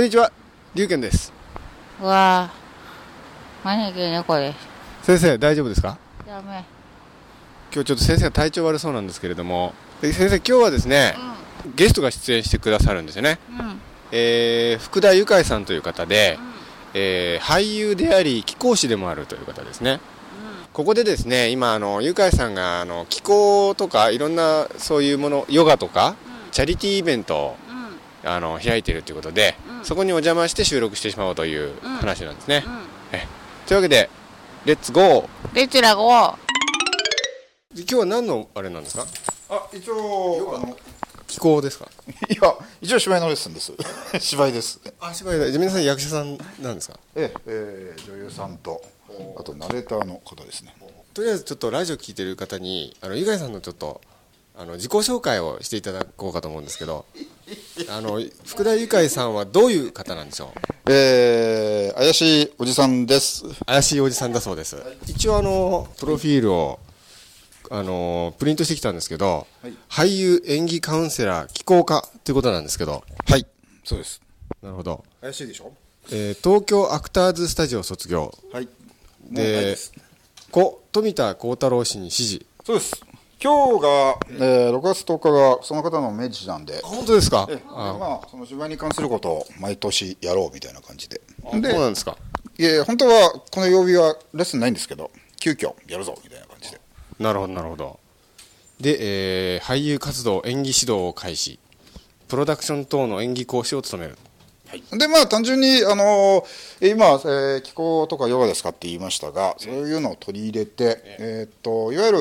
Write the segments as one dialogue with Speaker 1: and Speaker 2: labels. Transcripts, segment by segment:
Speaker 1: にちは、龍拳です。
Speaker 2: うわぁ、招き猫です。
Speaker 1: 先生、大丈夫ですか
Speaker 2: ダメ。
Speaker 1: 今日ちょっと先生が体調悪そうなんですけれども、で先生、今日はですね、ゲストが出演してくださるんですよね。
Speaker 2: うん。うん。
Speaker 1: えー、福田ゆかいさんという方で、えー俳優であり、気候師でもあるという方ですね。ここでですね、今、あの、ゆかいさんが、あの、気候とか、いろんな、そういうもの、ヨガとか、チャリティーイベントを、
Speaker 2: うん。うん。
Speaker 1: あの、開いているということで、
Speaker 2: うん
Speaker 1: そこにお邪魔して収録してしまおうという話なんですね。
Speaker 2: うん。
Speaker 1: というわけで、レッツゴー
Speaker 2: レッツラゴー。
Speaker 1: 今日は何のあれなんですか
Speaker 3: あ一応あの
Speaker 1: 気候ですか
Speaker 3: いや一応芝居のレッスンです 芝居です
Speaker 1: あ芝居だじゃあ皆さん役者さんなんですか
Speaker 3: ええー女優さんとあとナレーターの方ですね
Speaker 1: とりあえずちょっとラジオ聞いてる方にあの井上さんのちょっとあの自己紹介をしていただこうかと思うんですけどあの福田由香さんはどういう方なんでしょう
Speaker 3: えー、怪しいおじさんです
Speaker 1: 怪しいおじさんだそうです一応あのプロフィールをあのプリントしてきたんですけど、俳優演技カウンセラー気候家ということなんですけど
Speaker 3: はいそうです
Speaker 1: なるほど、
Speaker 3: 怪しいでしょ
Speaker 1: えー東京アクターズスタジオ卒業
Speaker 3: はいもうない
Speaker 1: で
Speaker 3: です
Speaker 1: 故富田幸太郎氏に支持
Speaker 3: そうです今日が、えー、6月10日がその方の命日なんで
Speaker 1: 本当ですか
Speaker 3: え
Speaker 1: あ
Speaker 3: まあその芝居に関することを毎年やろうみたいな感じで
Speaker 1: そう
Speaker 3: で
Speaker 1: なんですか
Speaker 3: いや本当はこの曜日はレッスンないんですけど急遽やるぞみたいな感じで
Speaker 1: なるほどなるほどで、えー俳優活動演技指導を開始プロダクション等の演技講師を務める
Speaker 3: でまあ単純に、あのー今、えー気候とかヨガですかって言いましたがそういうのを取り入れて、えーっといわゆる、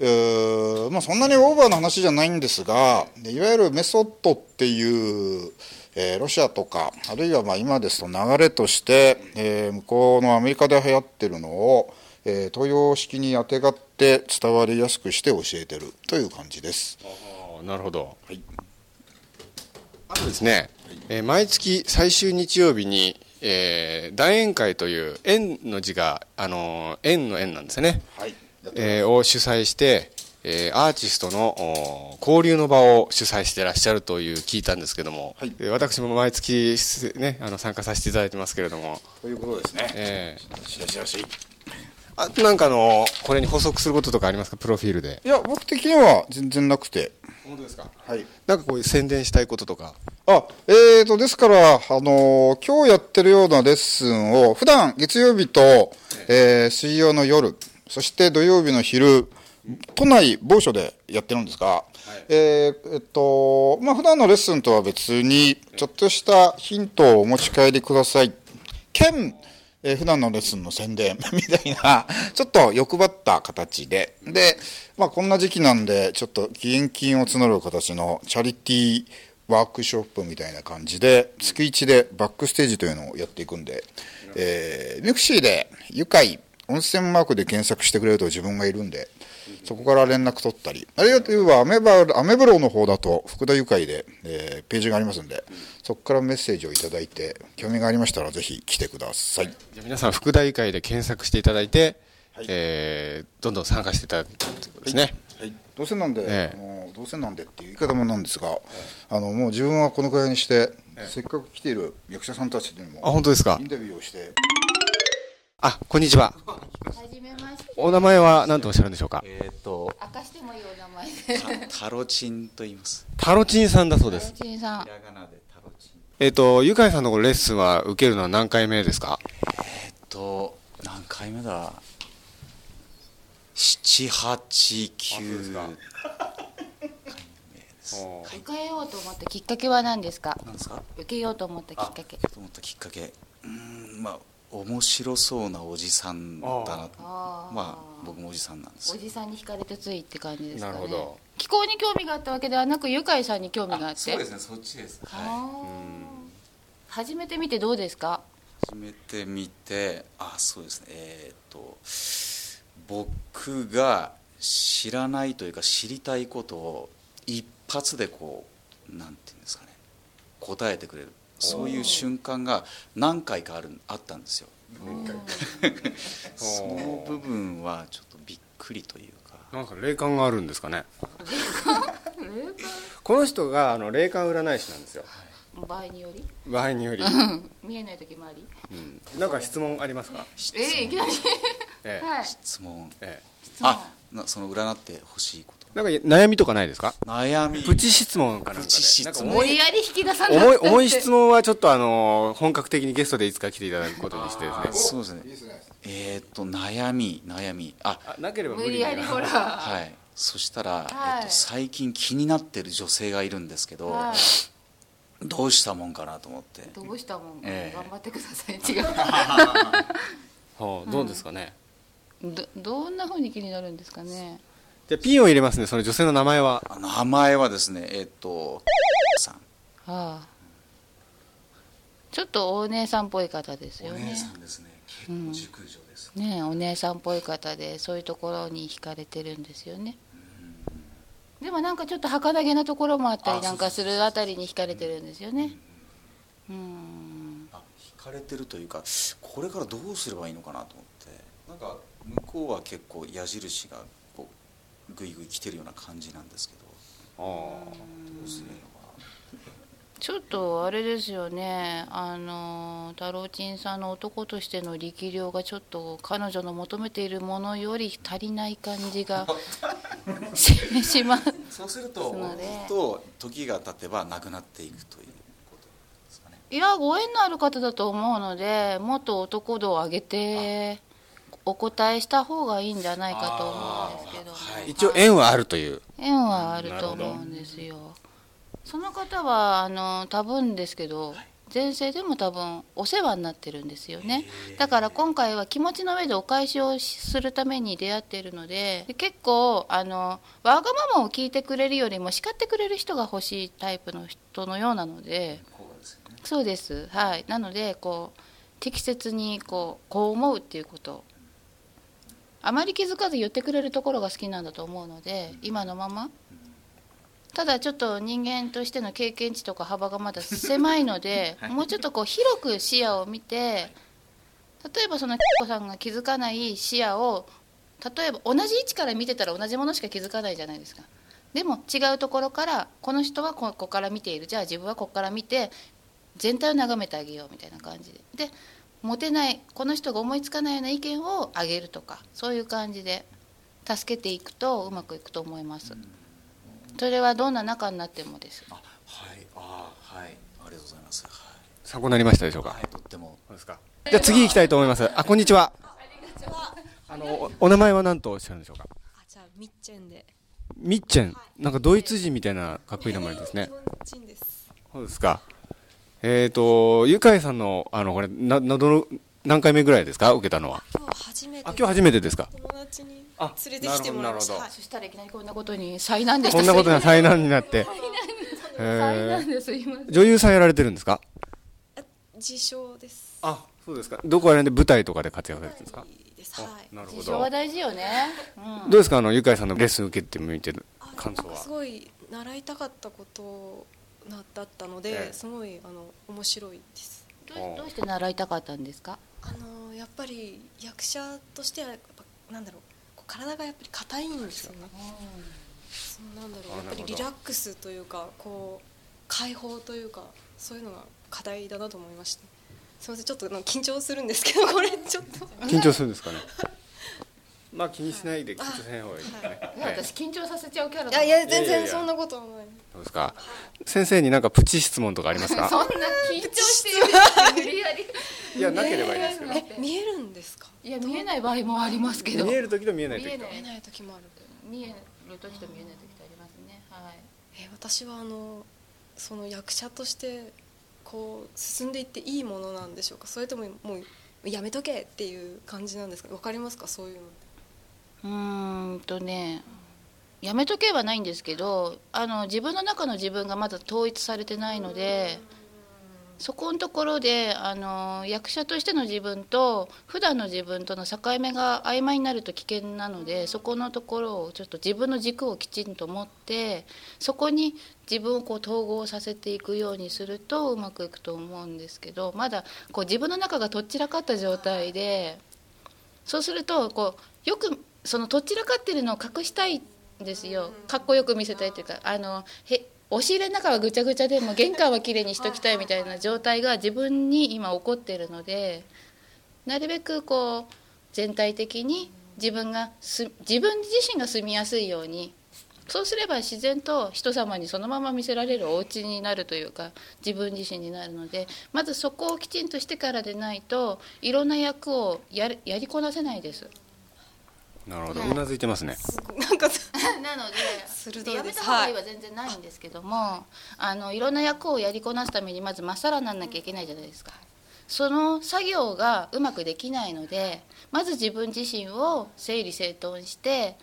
Speaker 3: えーまあ、そんなにオーバーな話じゃないんですがでいわゆるメソッドっていう、えーロシアとかあるいはまあ今ですと流れとして、えー向こうのアメリカで流行ってるのを、えー東洋式にあてがって伝わりやすくして教えてるという感じです。
Speaker 1: なるほど、
Speaker 3: はい
Speaker 1: あとですね、えー毎月最終日曜日に、えー楕円会という円の字が、あのー円の円なんですよね、
Speaker 3: はい
Speaker 1: えーを主催して、えーアーティストのおー交流の場を主催してらっしゃるという聞いたんですけども、
Speaker 3: はい
Speaker 1: えー私も毎月、ね、あの参加させていただいてますけれども、
Speaker 3: ということですね。
Speaker 1: え
Speaker 3: しらしらし
Speaker 1: ーあとなんかあのこれに補足することとかありますかプロフィールで
Speaker 3: いや僕的には全然なくて
Speaker 1: 本当ですか
Speaker 3: はい
Speaker 1: なんかこういう宣伝したいこととか
Speaker 3: あえー、とですから、あのー今日やってるようなレッスンを普段月曜日と、えー水曜の夜そして土曜日の昼都内某所でやってるんですが、えーえっとまあ普段のレッスンとは別にちょっとしたヒントをお持ち帰りください兼、えー普段のレッスンの宣伝 みたいなちょっと欲張った形でで、まあ、こんな時期なんでちょっと義援金を募る形のチャリティーワークショップみたいな感じで月1でバックステージというのをやっていくんで、えー、ミクシーで「愉快温泉マーク」で検索してくれると自分がいるんでそこから連絡取ったりあるいはアメバアメブロの方だと福田愉快で、えーページがありますんでそこからメッセージをいただいて興味がありましたらぜひ来てください
Speaker 1: じゃあ皆さん副大会で検索していただいて、えーどんどん参加していただくということですね、
Speaker 3: はい、どうせなんで、
Speaker 1: ええ
Speaker 3: あのどうせなんでっていう言い方もなんですが、あのもう自分はこのくらいにして、せっかく来ている役者さんたちに
Speaker 1: あ
Speaker 3: も
Speaker 1: 本当ですか
Speaker 3: インタビューをして
Speaker 1: あこんにちは
Speaker 2: はじめまして。
Speaker 1: お名前は何とおっしゃるんでしょうか
Speaker 4: えっ、と、
Speaker 2: 明かしてもいいお名前で。
Speaker 4: タロチンと言います。
Speaker 1: タロチンさんだそうで
Speaker 2: お
Speaker 1: す
Speaker 2: ちんさん
Speaker 4: ひ。らがなでタロチン。
Speaker 1: えっ、とゆかいさんのレッスンは受けるのは何回目ですか
Speaker 4: えっと、何回目だ七八 九
Speaker 2: 受けようと思ったきっかけは何ですか
Speaker 4: なんですか
Speaker 2: 受けようと思ったきっ
Speaker 4: あ
Speaker 2: かけ。
Speaker 4: と思ったきっかけうーんまあ面白そうなおじさんだなと
Speaker 2: あー
Speaker 4: まあ僕もおじさんなんです
Speaker 2: おじさんに惹かれてついって感じですかね。
Speaker 1: なるほど。
Speaker 2: 気候に興味があったわけではなく、ゆかいさんに興味があって。
Speaker 4: そうですねそっちですは
Speaker 2: あー初めて見てどうですか。
Speaker 4: い始めてみてあそうですねえっと僕が知らないというか知りたいことを一発でこうなんていうんですかね答えてくれるそういう瞬間が何回かあるあったんですよ その部分はちょっとびっくりというか
Speaker 1: なんか霊感があるんですかねこの人があの霊感占い師なんですよ、
Speaker 2: 場合により
Speaker 1: 場合により、
Speaker 2: 見えない時もあり
Speaker 1: うん、なんか質問ありますか、
Speaker 4: 質問
Speaker 2: えー、いきなり、
Speaker 1: ええ
Speaker 2: はい
Speaker 4: 質問
Speaker 1: え
Speaker 4: あなその占ってほしいこと
Speaker 1: え、なんか悩みとかないですか
Speaker 4: 悩み
Speaker 1: プチ質問かなんかで
Speaker 4: プチ質問
Speaker 1: なんか
Speaker 2: 無
Speaker 1: 重い
Speaker 2: 理やり引き出さな
Speaker 1: 重い
Speaker 2: くたって
Speaker 1: 重い質問はちょっとあの本格的にゲストでいつか来ていただくことにして
Speaker 4: あ
Speaker 1: で
Speaker 4: ー
Speaker 1: すね
Speaker 4: そうですね
Speaker 5: いいですね。
Speaker 4: えーっと悩み悩みあ
Speaker 1: あなければ無
Speaker 2: 無
Speaker 1: 理
Speaker 2: 理やりほら
Speaker 4: はいそしたら、
Speaker 2: はい
Speaker 4: えっと、最近気になってる女性がいるんですけど、
Speaker 2: はい
Speaker 4: どうしたもんかなと思って
Speaker 2: どうしたもん、
Speaker 4: ええ
Speaker 2: 頑張ってください違う
Speaker 1: はあどうですかね、
Speaker 2: どどんな風に気になるんですかね
Speaker 1: じゃあピンを入れますねその女性の名前は
Speaker 4: あ名前はですねえっとさん
Speaker 2: はあちょっとお姉さんっぽい方ですよね
Speaker 4: んですね結構熟女です、
Speaker 2: ねえお姉さんっぽい方でそういうところに惹かれてるんですよねでもなんかちょっと儚げなところもあったりなんかするあたりに惹かれてるんですよねうん
Speaker 4: あ惹かれてるというかこれからどうすればいいのかなと思ってなんか向こうは結構矢印がこうグイグイ来てるような感じなんですけどどうすればいいのかな
Speaker 2: ちょっとあれですよねあの太郎ちんさんの男としての力量がちょっと彼女の求めているものより足りない感じ がしします
Speaker 4: そうする
Speaker 2: そ
Speaker 4: と
Speaker 2: のね
Speaker 4: ずっと時が経てばなくなっていくということですかね
Speaker 2: いやご縁のある方だと思うのでもっと男度を上げてお答えした方がいいんじゃないかと思うんですけども、
Speaker 1: 一応
Speaker 2: はい
Speaker 1: 縁はあるという
Speaker 2: 縁はあると思うんですよその方はあの多分ですけど前世でも多分お世話になってるんですよねだから今回は気持ちの上でお返しをするために出会っているのでで結構あのわがままを聞いてくれるよりも叱ってくれる人が欲しいタイプの人のようなので
Speaker 4: こうですよね
Speaker 2: そうですはいなのでこう適切にこうこう思うっていうことあまり気づかず言ってくれるところが好きなんだと思うので今のままただちょっと人間としての経験値とか幅がまだ狭いので、もうちょっとこう広く視野を見て例えばその子さんが気づかない視野を例えば同じ位置から見てたら同じものしか気づかないじゃないですかでも違うところからこの人はここから見ているじゃあ自分はここから見て全体を眺めてあげようみたいな感じででモテないこの人が思いつかないような意見をあげるとかそういう感じで助けていくとうまくいくと思いますそれはどんな仲になってもです
Speaker 4: あはいあーはいありがとうございますはい
Speaker 1: 参考になりましたでしょうか、
Speaker 4: はい、とっても
Speaker 1: そうですかじゃあ次行きたいと思いますあこんにちはあのおお名前は何とおっしゃるんでしょうか
Speaker 6: あじゃあみっちゃんで
Speaker 1: ミッチェンなんかドイツ人みたいなかっこいい名前ですね
Speaker 6: 日本人です
Speaker 1: そうですかえっ、とゆかいさんのあのこれななどの何回目ぐらいですか受けたのは
Speaker 6: 今日初めて
Speaker 1: あ今日初めてですか
Speaker 6: 友達に
Speaker 1: あ
Speaker 6: 連れてきてもらいました
Speaker 1: なるほどなるほど
Speaker 6: はい
Speaker 2: そしたらいきなりこんなことに災難でした
Speaker 1: こんなことが災難になってへ
Speaker 2: 災
Speaker 1: ー
Speaker 2: 難ですいません
Speaker 1: 女優さんやられてるんですか
Speaker 6: あ自称です
Speaker 1: あそうですかどこやらで舞台とかで活躍されてるんですか
Speaker 6: いいですはい
Speaker 1: なるほ
Speaker 2: 事情は
Speaker 1: ど
Speaker 2: 大事よね、うん、
Speaker 1: どうですかあのゆかいさんのレッスン受けてみてる
Speaker 6: あ
Speaker 1: 感想
Speaker 6: なんかす
Speaker 1: は
Speaker 6: ごい習いたかったことなだったので、
Speaker 1: ええ
Speaker 6: すごいあの面白いです
Speaker 2: どうどうして習いたかったんですか
Speaker 6: あのやっぱり役者としてはやっぱなんだろうこう体がやっぱり硬いんですよねそのなんだろう
Speaker 1: あ
Speaker 6: やっ
Speaker 1: な
Speaker 6: ぱ
Speaker 1: る
Speaker 6: り
Speaker 1: ほど
Speaker 6: リラックスというかこう解放というかそういうのが課題だなと思いましたすみませんちょっとあの緊張するんですけどこれちょっと
Speaker 1: 緊張するんですかね まあ気にしないで緊張しない方がいいですね
Speaker 2: いや
Speaker 1: はい
Speaker 2: 私緊張させちゃうキャラ
Speaker 6: いやいや
Speaker 1: いやいや
Speaker 6: 全然そんなことはない
Speaker 1: どうですか先生になんかプチ質問とかあります
Speaker 2: そん
Speaker 1: か
Speaker 2: な緊張してる無理やり
Speaker 1: いやなければいいですけど
Speaker 6: え見えるんですか
Speaker 2: いや見えない場合もありますけど
Speaker 1: 見える時と見えない時
Speaker 2: 見え
Speaker 1: と
Speaker 2: な
Speaker 6: 見え
Speaker 2: い
Speaker 6: ない時もある
Speaker 2: 見える時と見えない時とありますねはい
Speaker 6: え私はあのその役者としてこう進んでいっていいものなんでしょうかそれとももうやめとけっていう感じなんですかわかりますかそういうの
Speaker 2: うーんとねやめとけばないんですけどあの自分の中の自分がまだ統一されてないのでそこのところであの役者としての自分と普段の自分との境目が曖昧になると危険なのでそこのところをちょっと自分の軸をきちんと持ってそこに自分をこう統合させていくようにするとうまくいくと思うんですけどまだこう自分の中がとっちらかった状態で。そうするとこうよくそのとっちらかってるのを隠したいんですよかっこよく見せたいというかあのへ押し入れの中はぐちゃぐちゃでも玄関はきれいにしときたいみたいな状態が自分に今起こってるのでなるべくこう全体的に自分がす自分自身が住みやすいようにそうすれば自然と人様にそのまま見せられるお家になるというか自分自身になるのでまずそこをきちんとしてからでないといろんな役をやるやりこなせないです。
Speaker 1: なるほどうなずいてますね
Speaker 6: すごいなんか
Speaker 2: なので
Speaker 6: 鋭いです
Speaker 2: でやめた方がいいは全然ないんですけども、あのいろんな役をやりこなすためにまずまっさらにならなきゃいけないじゃないですか、その作業がうまくできないのでまず自分自身を整理整頓して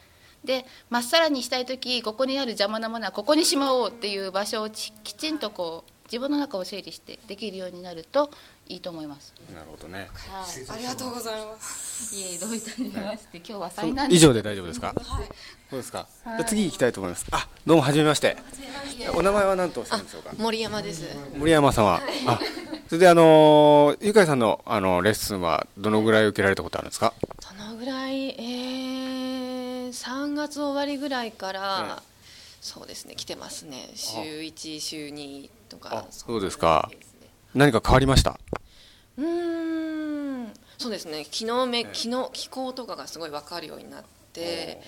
Speaker 2: でまっさらにしたい時ここにある邪魔なものはここにしまおうっていう場所をちきちんとこう自分の中を整理してできるようになるといいと思います、
Speaker 1: なるほどね
Speaker 2: はい
Speaker 6: ありがとうございます。
Speaker 2: いえどういたしまして今日は災難
Speaker 1: 以上で大丈夫ですかそうですかじゃあ次行きたいと思いますあどうもはじめましてお名前は何とおっしゃるんでしょうか
Speaker 7: 森山です。
Speaker 1: 森山さんはあそれであのーゆかいさんのあのレッスンはどのぐらい受けられたことあるんですか
Speaker 7: どのぐらい、えー、3月終わりぐらいから、そうですね、来てますね。週1、週2とか
Speaker 1: あ。
Speaker 7: んな
Speaker 1: そうですか
Speaker 7: 感じですね
Speaker 1: 何か変わりました
Speaker 7: うーん、そうですね。昨日め、昨日気候とかがすごい分かるようになって、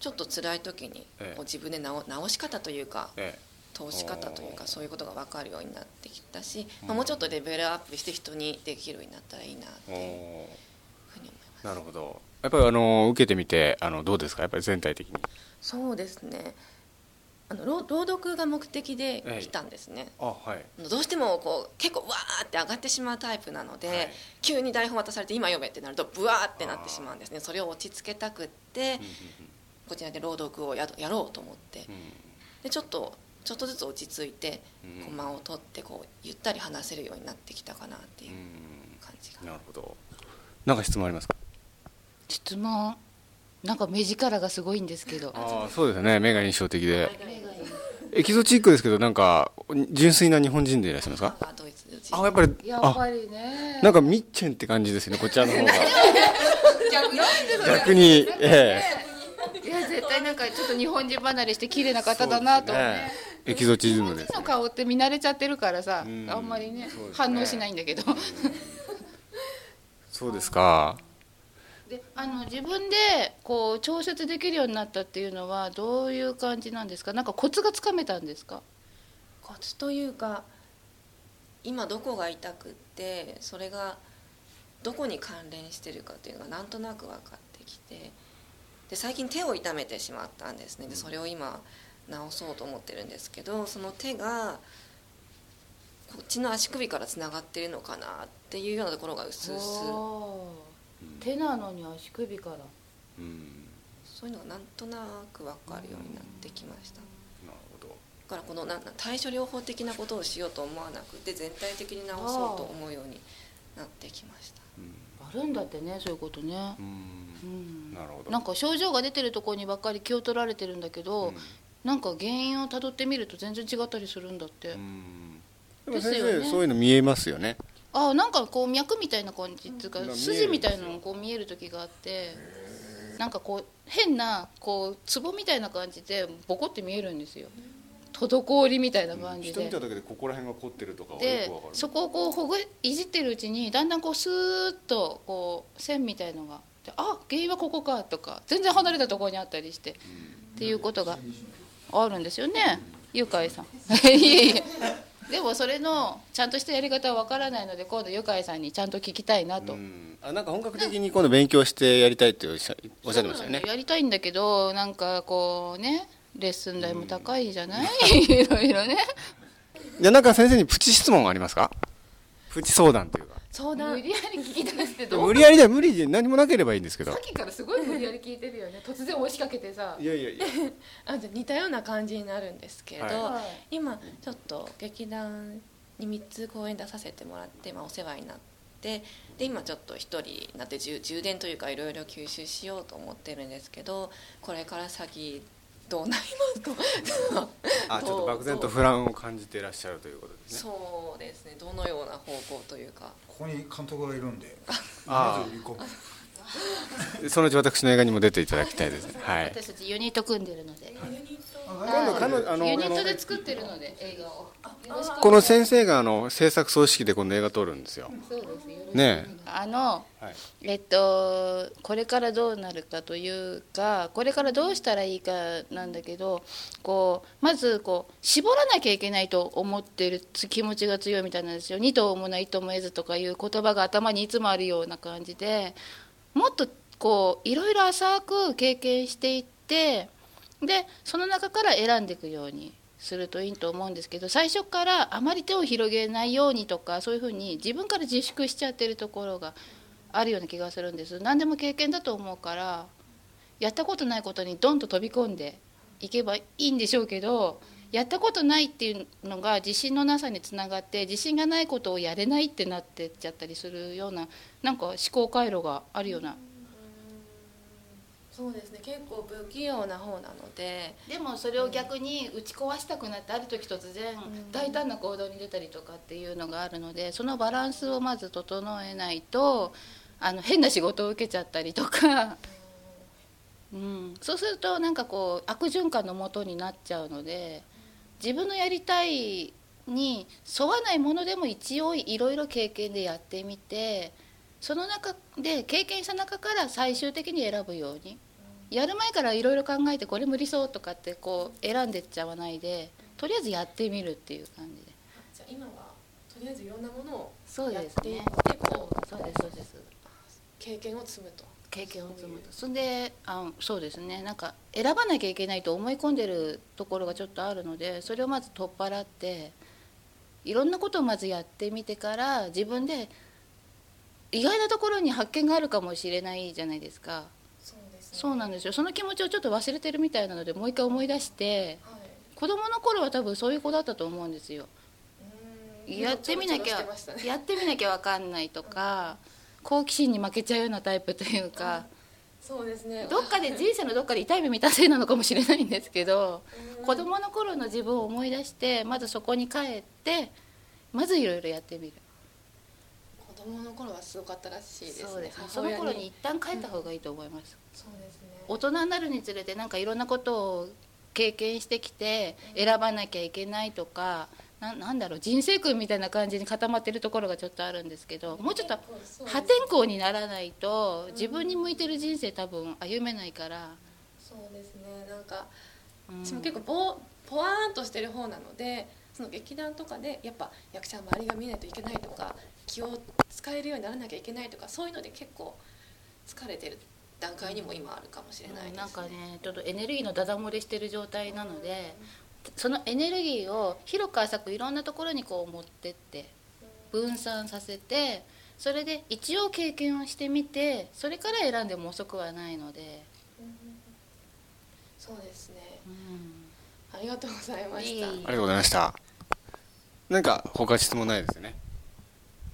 Speaker 7: ちょっと辛い時に、
Speaker 1: ええ
Speaker 7: こう自分で直直し方というか、
Speaker 1: え
Speaker 7: 通し方というかそういうことが分かるようになってきたし、まあ、もうちょっとレベルアップして人にできるようになったらいいなって
Speaker 1: え
Speaker 7: いう
Speaker 1: お
Speaker 7: ふうに思います。
Speaker 1: ーなるほどやっぱりあのー受けてみてあのどうですかやっぱり全体的に
Speaker 7: そうですねあの朗朗読が目的で来たんですね、
Speaker 1: あはい
Speaker 7: あのどうしてもこう結構わーって上がってしまうタイプなので、
Speaker 1: はい
Speaker 7: 急に台本渡されて今読めってなるとブワーってなってしまうんですねそれを落ち着けたくってこちらで朗読をややろうと思ってでちょっとちょっとずつ落ち着いて
Speaker 1: うん
Speaker 7: こう間を取ってこうゆったり話せるようになってきたかなっていう感じが、
Speaker 1: なるほどなんか質問ありますか
Speaker 2: 質問なんか目力がすごいんですけ ど
Speaker 1: ああそうですね目が印象的でエキゾチックですけどなんか純粋な日本人でいらっしゃいますか
Speaker 7: あドイツ人
Speaker 1: あやっぱり
Speaker 2: やっ
Speaker 1: あ
Speaker 2: ぱりね
Speaker 1: なんかミッチェンって感じですよねこちらの方が逆にえ
Speaker 2: いや絶対なんかちょっと日本人離れして綺麗な
Speaker 1: え
Speaker 2: 方だなと思う
Speaker 1: ねエキゾチズムです
Speaker 2: 日
Speaker 1: ね
Speaker 2: 本人の顔って見慣れちゃってるからさあ
Speaker 1: うん
Speaker 2: んまりね
Speaker 1: そうですね
Speaker 2: 反応しないんだけど
Speaker 1: そうですか
Speaker 2: であの自分でこう調節できるようになったっていうのはどういう感じなんですかなんかコツがつかめたんですか
Speaker 7: コツというか今どこが痛くってそれがどこに関連してるかというのがなんとなく分かってきてで最近手を痛めてしまったんですねでそれを今直そうと思ってるんですけどその手がこっちの足首からつながってるのかなっていうようなところがうすうす
Speaker 2: おー手なのに足首から
Speaker 1: うん
Speaker 7: そういうのがなんとなく分かるようになってきました。
Speaker 1: なるほど
Speaker 7: だからこのなんなん対処療法的なことをしようと思わなくて全体的に治そうと思うようになってきました
Speaker 2: あるんだってねそういうことね
Speaker 1: うん
Speaker 2: うん
Speaker 1: なるほど
Speaker 2: なんか症状が出てるところにばっかり気を取られてるんだけど、
Speaker 1: うん
Speaker 2: なんか原因をたどってみると全然違ったりするんだって、
Speaker 1: うんでも
Speaker 2: です
Speaker 1: 先
Speaker 2: よね
Speaker 1: 生そういうの見えますよね
Speaker 2: ああなんかこう脈みたいな感じっていうか
Speaker 1: うん
Speaker 2: 筋みたいなのがこう見える時があってなんかこう変なこうツボみたいな感じでボコって見えるんですよ滞りみたいな感じで、
Speaker 1: だけでここら辺が凝ってるとか
Speaker 2: でそこをこうほぐいじってるうちにだんだんこうスーッとこう線みたいのがであ原因はここかとか全然離れたところにあったりして、っていうことがあるんですよねゆかいさん いえいえでもそれのちゃんとしたやり方はわからないので今度ゆかいさんにちゃんと聞きたいなと、
Speaker 1: うんあなんか本格的に今度勉強してやりたいっておっしゃおっしゃってましたよね
Speaker 2: そうなのやりたいんだけどなんかこうねレッスン代も高いじゃない いろいろね
Speaker 1: じゃあなんか先生にプチ質問ありますかプチ相談というか
Speaker 7: 相
Speaker 2: 無理やり聞き出してどう
Speaker 1: 無理やりだよ無理で何もなければいいんですけど
Speaker 2: さっきからすごい無理やり聞いてるよね突然押しかけてさ
Speaker 1: いやいやいや
Speaker 7: あじゃあ似たような感じになるんですけど、
Speaker 1: は
Speaker 7: 今ちょっと劇団に3つ公演出させてもらって、まあ、お世話になってで今ちょっと1人になって充充電というかいろいろ吸収しようと思ってるんですけどこれから先どうなりますか
Speaker 1: あちょっと漠然と不安を感じていらっしゃるということですね
Speaker 7: そうですねどのような方向というか
Speaker 3: ここに監督がいるんで、
Speaker 1: あ
Speaker 3: まず売り込む。
Speaker 1: そのうち私の映画にも出ていただきたいですねはい
Speaker 2: 私たちユニット組んでるので
Speaker 3: あ
Speaker 1: 今度彼女あの
Speaker 2: ユニットで作ってるので映画をよろしく
Speaker 1: この先生があの制作組織で今度映画撮るんですよ
Speaker 2: そうですよろしく
Speaker 1: ね
Speaker 2: あの
Speaker 1: え、はい、
Speaker 2: えっとこれからどうなるかというかこれからどうしたらいいかなんだけどこうまずこう絞らなきゃいけないと思ってるつ気持ちが強いみたいなんですよ「二頭もないとも得ず」とかいう言葉が頭にいつもあるような感じでもっとこういろいろ浅く経験していってでその中から選んでいくようにするといいと思うんですけど最初からあまり手を広げないようにとかそういうふうに自分から自粛しちゃってるところがあるような気がするんです何でも経験だと思うからやったことないことにドンと飛び込んでいけばいいんでしょうけどやったことないっていうのが自信のなさにつながって自信がないことをやれないってなってっちゃったりするようななんか思考回路があるような
Speaker 7: そうですね結構不器用な方なので
Speaker 2: でもそれを逆に打ち壊したくなってある時突然大胆な行動に出たりとかっていうのがあるのでそのバランスをまず整えないとあの変な仕事を受けちゃったりとか、うん、そうするとなんかこう悪循環のもとになっちゃうので自分のやりたいに沿わないものでも一応いろいろ経験でやってみてその中で経験した中から最終的に選ぶように。やる前からいろいろ考えてこれ無理そうとかってこう選んでっちゃわないでとりあえずやってみるっていう感じで
Speaker 8: じゃあ今はとりあえずいろんなものを
Speaker 2: そう
Speaker 8: や
Speaker 2: で
Speaker 8: っ
Speaker 2: す
Speaker 8: ていっ
Speaker 2: ね
Speaker 8: てこう
Speaker 2: そうですそうです
Speaker 8: 経験を積むと
Speaker 2: 経験を積むとそんであそうですねなんか選ばなきゃいけないと思い込んでるところがちょっとあるのでそれをまず取っ払っていろんなことをまずやってみてから自分で意外なところに発見があるかもしれないじゃないですか
Speaker 8: そうですね
Speaker 2: そうなんですよその気持ちをちょっと忘れてるみたいなのでもう一回思い出して
Speaker 8: はい
Speaker 2: 子供の頃は多分そういう子だったと思うんですよ
Speaker 8: うーん
Speaker 2: やってみなきゃ
Speaker 8: ちょろちょろしてましたね
Speaker 2: やってみなきゃわかんないと か好奇心に負けちゃうようなタイプというか
Speaker 8: そうですね
Speaker 2: どっかで人生のどっかで痛い目見たせいなのかもしれないんですけど
Speaker 8: うん
Speaker 2: 子供の頃の自分を思い出してまずそこに帰ってまずいろいろやってみる
Speaker 8: 子供の頃はすごかったらしいですね
Speaker 2: そうですねそ
Speaker 8: 母
Speaker 2: の
Speaker 8: 親
Speaker 2: 頃に一旦帰った方がいいと思います
Speaker 8: そうですね
Speaker 2: 大人になるにつれてなんかいろんなことを経験してきて選ばなきゃいけないとかななんだろう人生訓みたいな感じに固まってるところがちょっとあるんですけどもうちょっと
Speaker 8: そう
Speaker 2: 破天荒にならないと自分に向いてる人生多分歩めないから、
Speaker 8: そうですねなんか
Speaker 2: うん
Speaker 8: 私も結構ぼーぽわーんとしてる方なのでその劇団とかでやっぱ役者は周りが見えないといけないとか気を使えるようにならなきゃいけないとかそういうので結構疲れてる段階にも今あるかもしれないです、
Speaker 2: う
Speaker 8: ね
Speaker 2: んなんかねちょっとエネルギーのダダ漏れしてる状態なのでそのエネルギーを広く浅くいろんなところにこう持ってって分散させてそれで一応経験をしてみてそれから選んでも遅くはないので、
Speaker 8: そうですねありがとうございまし
Speaker 2: い
Speaker 8: た
Speaker 2: え
Speaker 1: あ
Speaker 2: いえ
Speaker 1: りがとうございましたなんか他質問ないですよね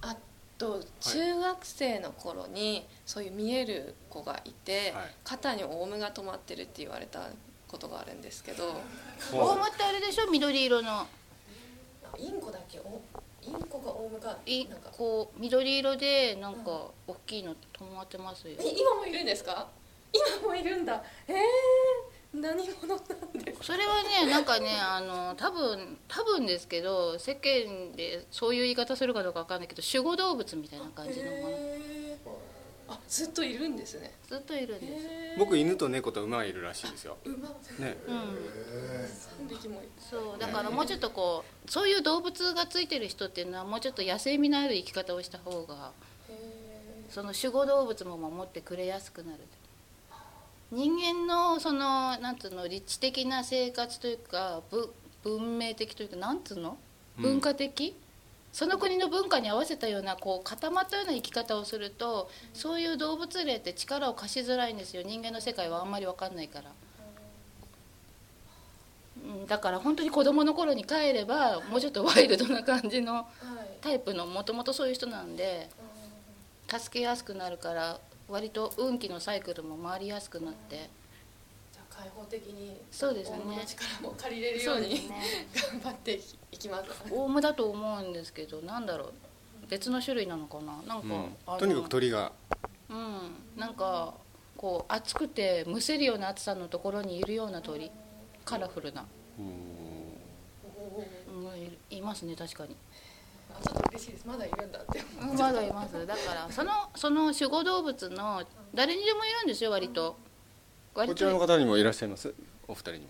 Speaker 8: あと中学生の頃にそういう見える子がいて、
Speaker 1: はい
Speaker 8: 肩にオウムが止まってるって言われたことがあるんですけど
Speaker 2: オウムってあれでしょ緑色の
Speaker 8: インコだっけおインコがオウムが
Speaker 2: い
Speaker 8: なんか
Speaker 2: こう緑色でなんか大きいの止まってますよ
Speaker 8: え今もいるんですか今もいるんだえー、何者なんですか
Speaker 2: それはねなんかねあの多分多分ですけど世間でそういう言い方するかどうかわかんないけど守護動物みたいな感じのもの
Speaker 8: えー、あずっといるんですね
Speaker 2: ずっといるんです、
Speaker 8: えー、
Speaker 1: 僕犬と猫と馬がいるらしいですよ
Speaker 8: 馬
Speaker 1: ね
Speaker 2: うん、
Speaker 8: 3匹もいる
Speaker 2: そうだからもうちょっとこうそういう動物がついてる人っていうのはもうちょっと野生味のある生き方をした方が
Speaker 8: え
Speaker 2: その守護動物も守ってくれやすくなる人間のそのなんつうの立地的な生活というかぶ文明的というかなんつうの
Speaker 1: うん
Speaker 2: 文化的、その国の文化に合わせたようなこう固まったような生き方をするとそういう動物霊って力を貸しづらいんですよ人間の世界はあんまり分かんないから。うんだから本当に子供の頃に帰ればもうちょっとワイルドな感じの
Speaker 8: ー、はい
Speaker 2: タイプのもともとそういう人なんで助けやすくなるから割と運気のサイクルも回りやすくなって
Speaker 8: じゃあ開放的に
Speaker 2: そうですね
Speaker 8: オウムの力も借りれるように頑張っていきます
Speaker 2: オウムだと思うんですけどなんだろう別の種類なのかななんか、
Speaker 1: う
Speaker 2: あの
Speaker 1: ん、とにかく鳥が
Speaker 2: うんなんかこう暑くてむせるような暑さのところにいるような鳥カラフルなうんいますね確かに
Speaker 8: あちょっと嬉しいですまだいるんだって
Speaker 2: うん
Speaker 8: 思っち
Speaker 2: ま
Speaker 8: ゃった
Speaker 2: だいますだからそのその守護動物の誰にでもいるんですよ割と割
Speaker 1: こちらの
Speaker 2: と
Speaker 1: 方にもいらっしゃいますお二人にも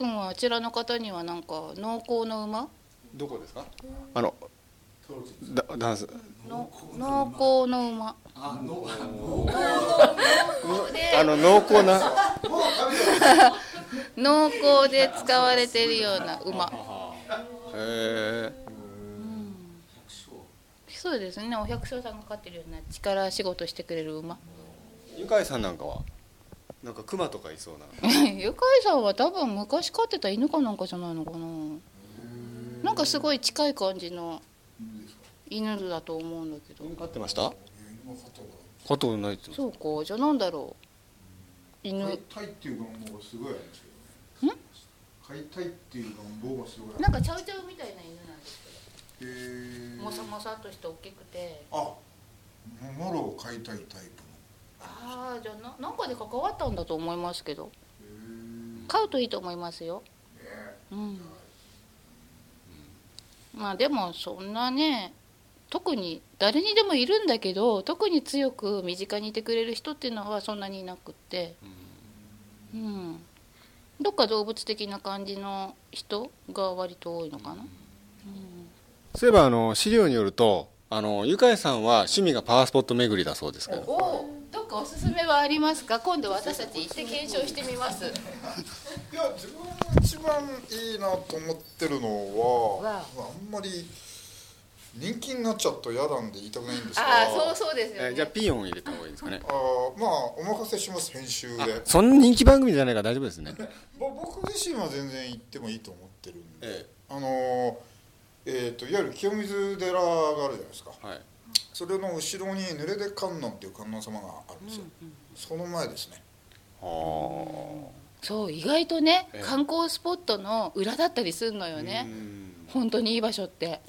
Speaker 2: うんあちらの方にはなんか濃厚の馬
Speaker 1: どこですかあのだダンス
Speaker 2: の濃厚の馬
Speaker 1: あの濃厚な
Speaker 2: 濃厚で使われているような馬
Speaker 1: へ
Speaker 2: そうですねお百姓さんが飼ってるような力仕事してくれる馬
Speaker 1: えゆかいさんなんかはなんか熊とかいそうな
Speaker 2: ゆかいさんは多分昔飼ってた犬かなんかじゃないのかななんかすごい近い感じの犬だと思うんだけど
Speaker 1: 犬飼ってました飼ったことないって言って
Speaker 2: そうかじゃあなんだろう
Speaker 9: 飼
Speaker 2: 犬
Speaker 9: いたいっていう願望がすごいあるんですけどね飼いたいっていう願望がすごいある
Speaker 2: なんかチャウチャウみたいな犬なんです
Speaker 9: へー
Speaker 2: けどもさもさっとして大きくて
Speaker 9: あモロを飼いたいタイプ
Speaker 2: ああじゃあななんかで関わったんだと思いますけど
Speaker 9: の
Speaker 2: 飼うといいと思いますようんまあでもそんなね特に誰にでもいるんだけど特に強く身近にいてくれる人っていうのはそんなにいなくってうんどっか動物的な感じの人が割と多いのかな、うん
Speaker 1: そういえばあの資料によるとあのゆかいさんは趣味がパワースポット巡りだそうですけど
Speaker 2: おどっかおすすめはありますか今度私たち行って検証してみます
Speaker 3: いや自分が一番いいなと思ってるのは
Speaker 2: わ
Speaker 3: あんまり人気になっちゃうと嫌なんで言いたくないんです
Speaker 2: あ
Speaker 3: が
Speaker 2: あそうそうですよ、ね
Speaker 1: えじゃあピヨンを入れた方がいいですかね
Speaker 3: あーまあお任せします編集で
Speaker 1: そんな人気番組じゃないから大丈夫ですね
Speaker 3: ぼ僕自身は全然行ってもいいと思ってるんで、
Speaker 1: え
Speaker 3: あのーえー、といわゆる清水寺があるじゃないですか
Speaker 1: はい
Speaker 3: それの後ろに濡れで観音っていう観音様があるんですよ、その前ですね
Speaker 1: は
Speaker 2: そう意外とね
Speaker 1: ええ
Speaker 2: 観光スポットの裏だったりするのよ
Speaker 1: あ
Speaker 2: ね
Speaker 1: うん
Speaker 2: 本当にいい場所って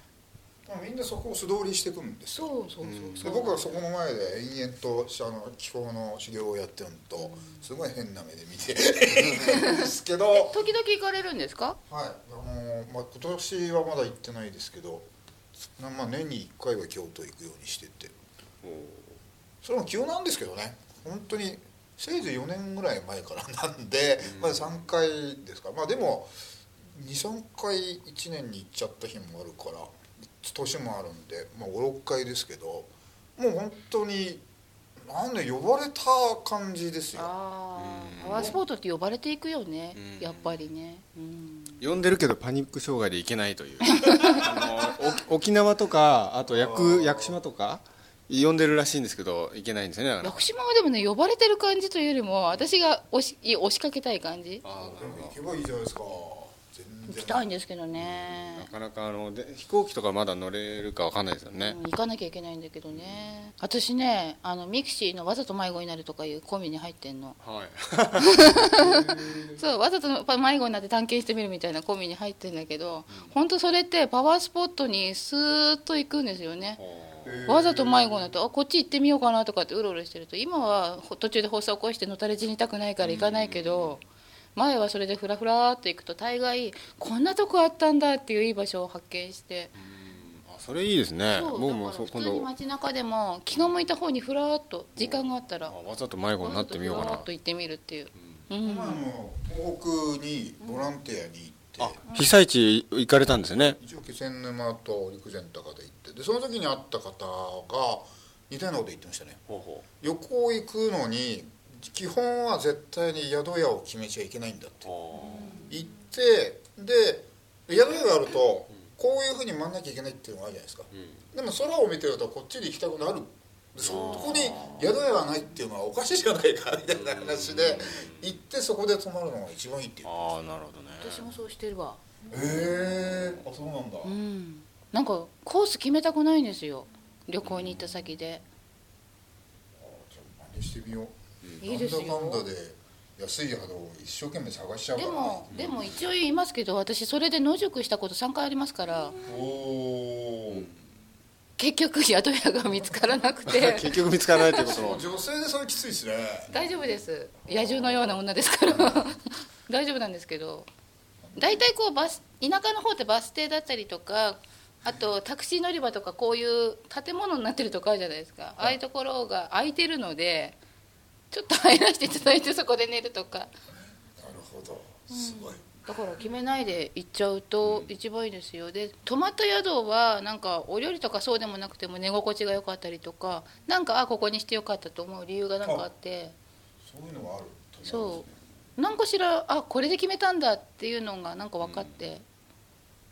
Speaker 3: まあみんなそこを素通りしていくんですよ
Speaker 2: そうそう
Speaker 3: で僕はそこの前で延々とあの気候の修行をやってるのとすごい変な目で見てるんですけど、はい
Speaker 2: 時々行かれるんですか
Speaker 3: あのーまあ、今年はまだ行ってないですけど、なまあ、年に1回は京都行くようにしててそれも急なんですけどね本当にせいぜい4年ぐらい前からなんで、まだ3回ですからまあでも23回1年に行っちゃった日もあるから年もあるんで、まあ、56回ですけどもう本当になんで呼ばれた感じですよ
Speaker 2: あ
Speaker 1: うん
Speaker 2: あパワースポットって呼ばれていくよね
Speaker 1: うん
Speaker 2: やっぱりねうん
Speaker 1: 呼んでるけどパニック障害で行けないというあのお沖縄とかあと屋久屋久島とか呼んでるらしいんですけど行けないんですよねだから
Speaker 2: 屋久島はでもね呼ばれてる感じというよりも私が押しい押しかけたい感じ
Speaker 1: あーなるほど
Speaker 3: 行けばいいじゃないですか全
Speaker 2: 行
Speaker 3: 然
Speaker 2: きたいんですけどね
Speaker 1: なかなかあので飛行機とかまだ乗れるかわかんないですよね
Speaker 2: うん、行かなきゃいけないんだけどね私ねあのミクシーの「わざと迷子になる」とかいうコミに入ってんの
Speaker 1: はい
Speaker 2: そうわざと迷子になって探検してみるみたいなコミに入ってんだけど、本当それってパワースポットにスーッと行くんですよねわざと迷子になってあこっち行ってみようかなとかってうろうろしてると今はほ途中で発作起こしてのたれ死にたくないから行かないけど、前はそれでフラフラーって行くと大概こんなとこあったんだっていういい場所を発見して。
Speaker 1: あそれいいですね
Speaker 2: そう
Speaker 1: 僕も
Speaker 2: だか
Speaker 1: そ
Speaker 2: ら
Speaker 1: う
Speaker 2: 普
Speaker 1: 今
Speaker 2: 通に
Speaker 1: 度
Speaker 2: 街中でも気が向いた方にふらっと時間があったら
Speaker 1: あわざと迷子になってみようか
Speaker 2: ふら
Speaker 1: な
Speaker 2: っと行ってみるっていう、うん
Speaker 3: 今の東北にボランティアに行って、
Speaker 1: 被災地行かれたんですよね
Speaker 3: 一応気仙沼と陸前高で行ってでその時に会った方が似たようなこと言ってましたね旅行行くのに基本は絶対に宿屋を決めちゃいけないんだって行ってで宿屋があるとこういうふうに回んなきゃいけないっていうのがあるじゃないですか、でも空を見てるとこっちに行きたくなるでそこに宿屋がないっていうのはおかしいじゃないかみたいな話で行ってそこで泊まるのが一番いいっていう
Speaker 1: ああなるほどね
Speaker 2: 私も そうしてるわ
Speaker 3: へえあそうなんだ
Speaker 2: うんなんかコース決めたくないんですよ旅行に行った先で、
Speaker 3: 真似してみよう
Speaker 2: いいですよ
Speaker 3: なんだかんだで安い宿を一生懸命探しちゃうか
Speaker 2: で
Speaker 3: らね
Speaker 2: もでも一応言いますけど私それで野宿したこと3回ありますから
Speaker 3: おお
Speaker 2: 結局宿屋が見つからなくて
Speaker 1: 結局見つからないということの
Speaker 3: 女性でそれきついですね
Speaker 2: 大丈夫です野獣のような女ですから大丈夫なんですけど大体こうバス田舎の方ってバス停だったりとかあとタクシー乗り場とかこういう建物になってるとこあるじゃないですかああいうところが空いてるのでちょっと入らせていただいてそこで寝るとか
Speaker 3: ほどすごい、
Speaker 2: だから決めないで行っちゃうと一番いいですよで泊まった宿はなんかお料理とかそうでもなくても寝心地が良かったりとかなんかあここにしてよかったと思う理由がなんかあって
Speaker 3: そういうのがあると思います
Speaker 2: そ
Speaker 3: ね
Speaker 2: う何かしらあこれで決めたんだっていうのがなんか分かって、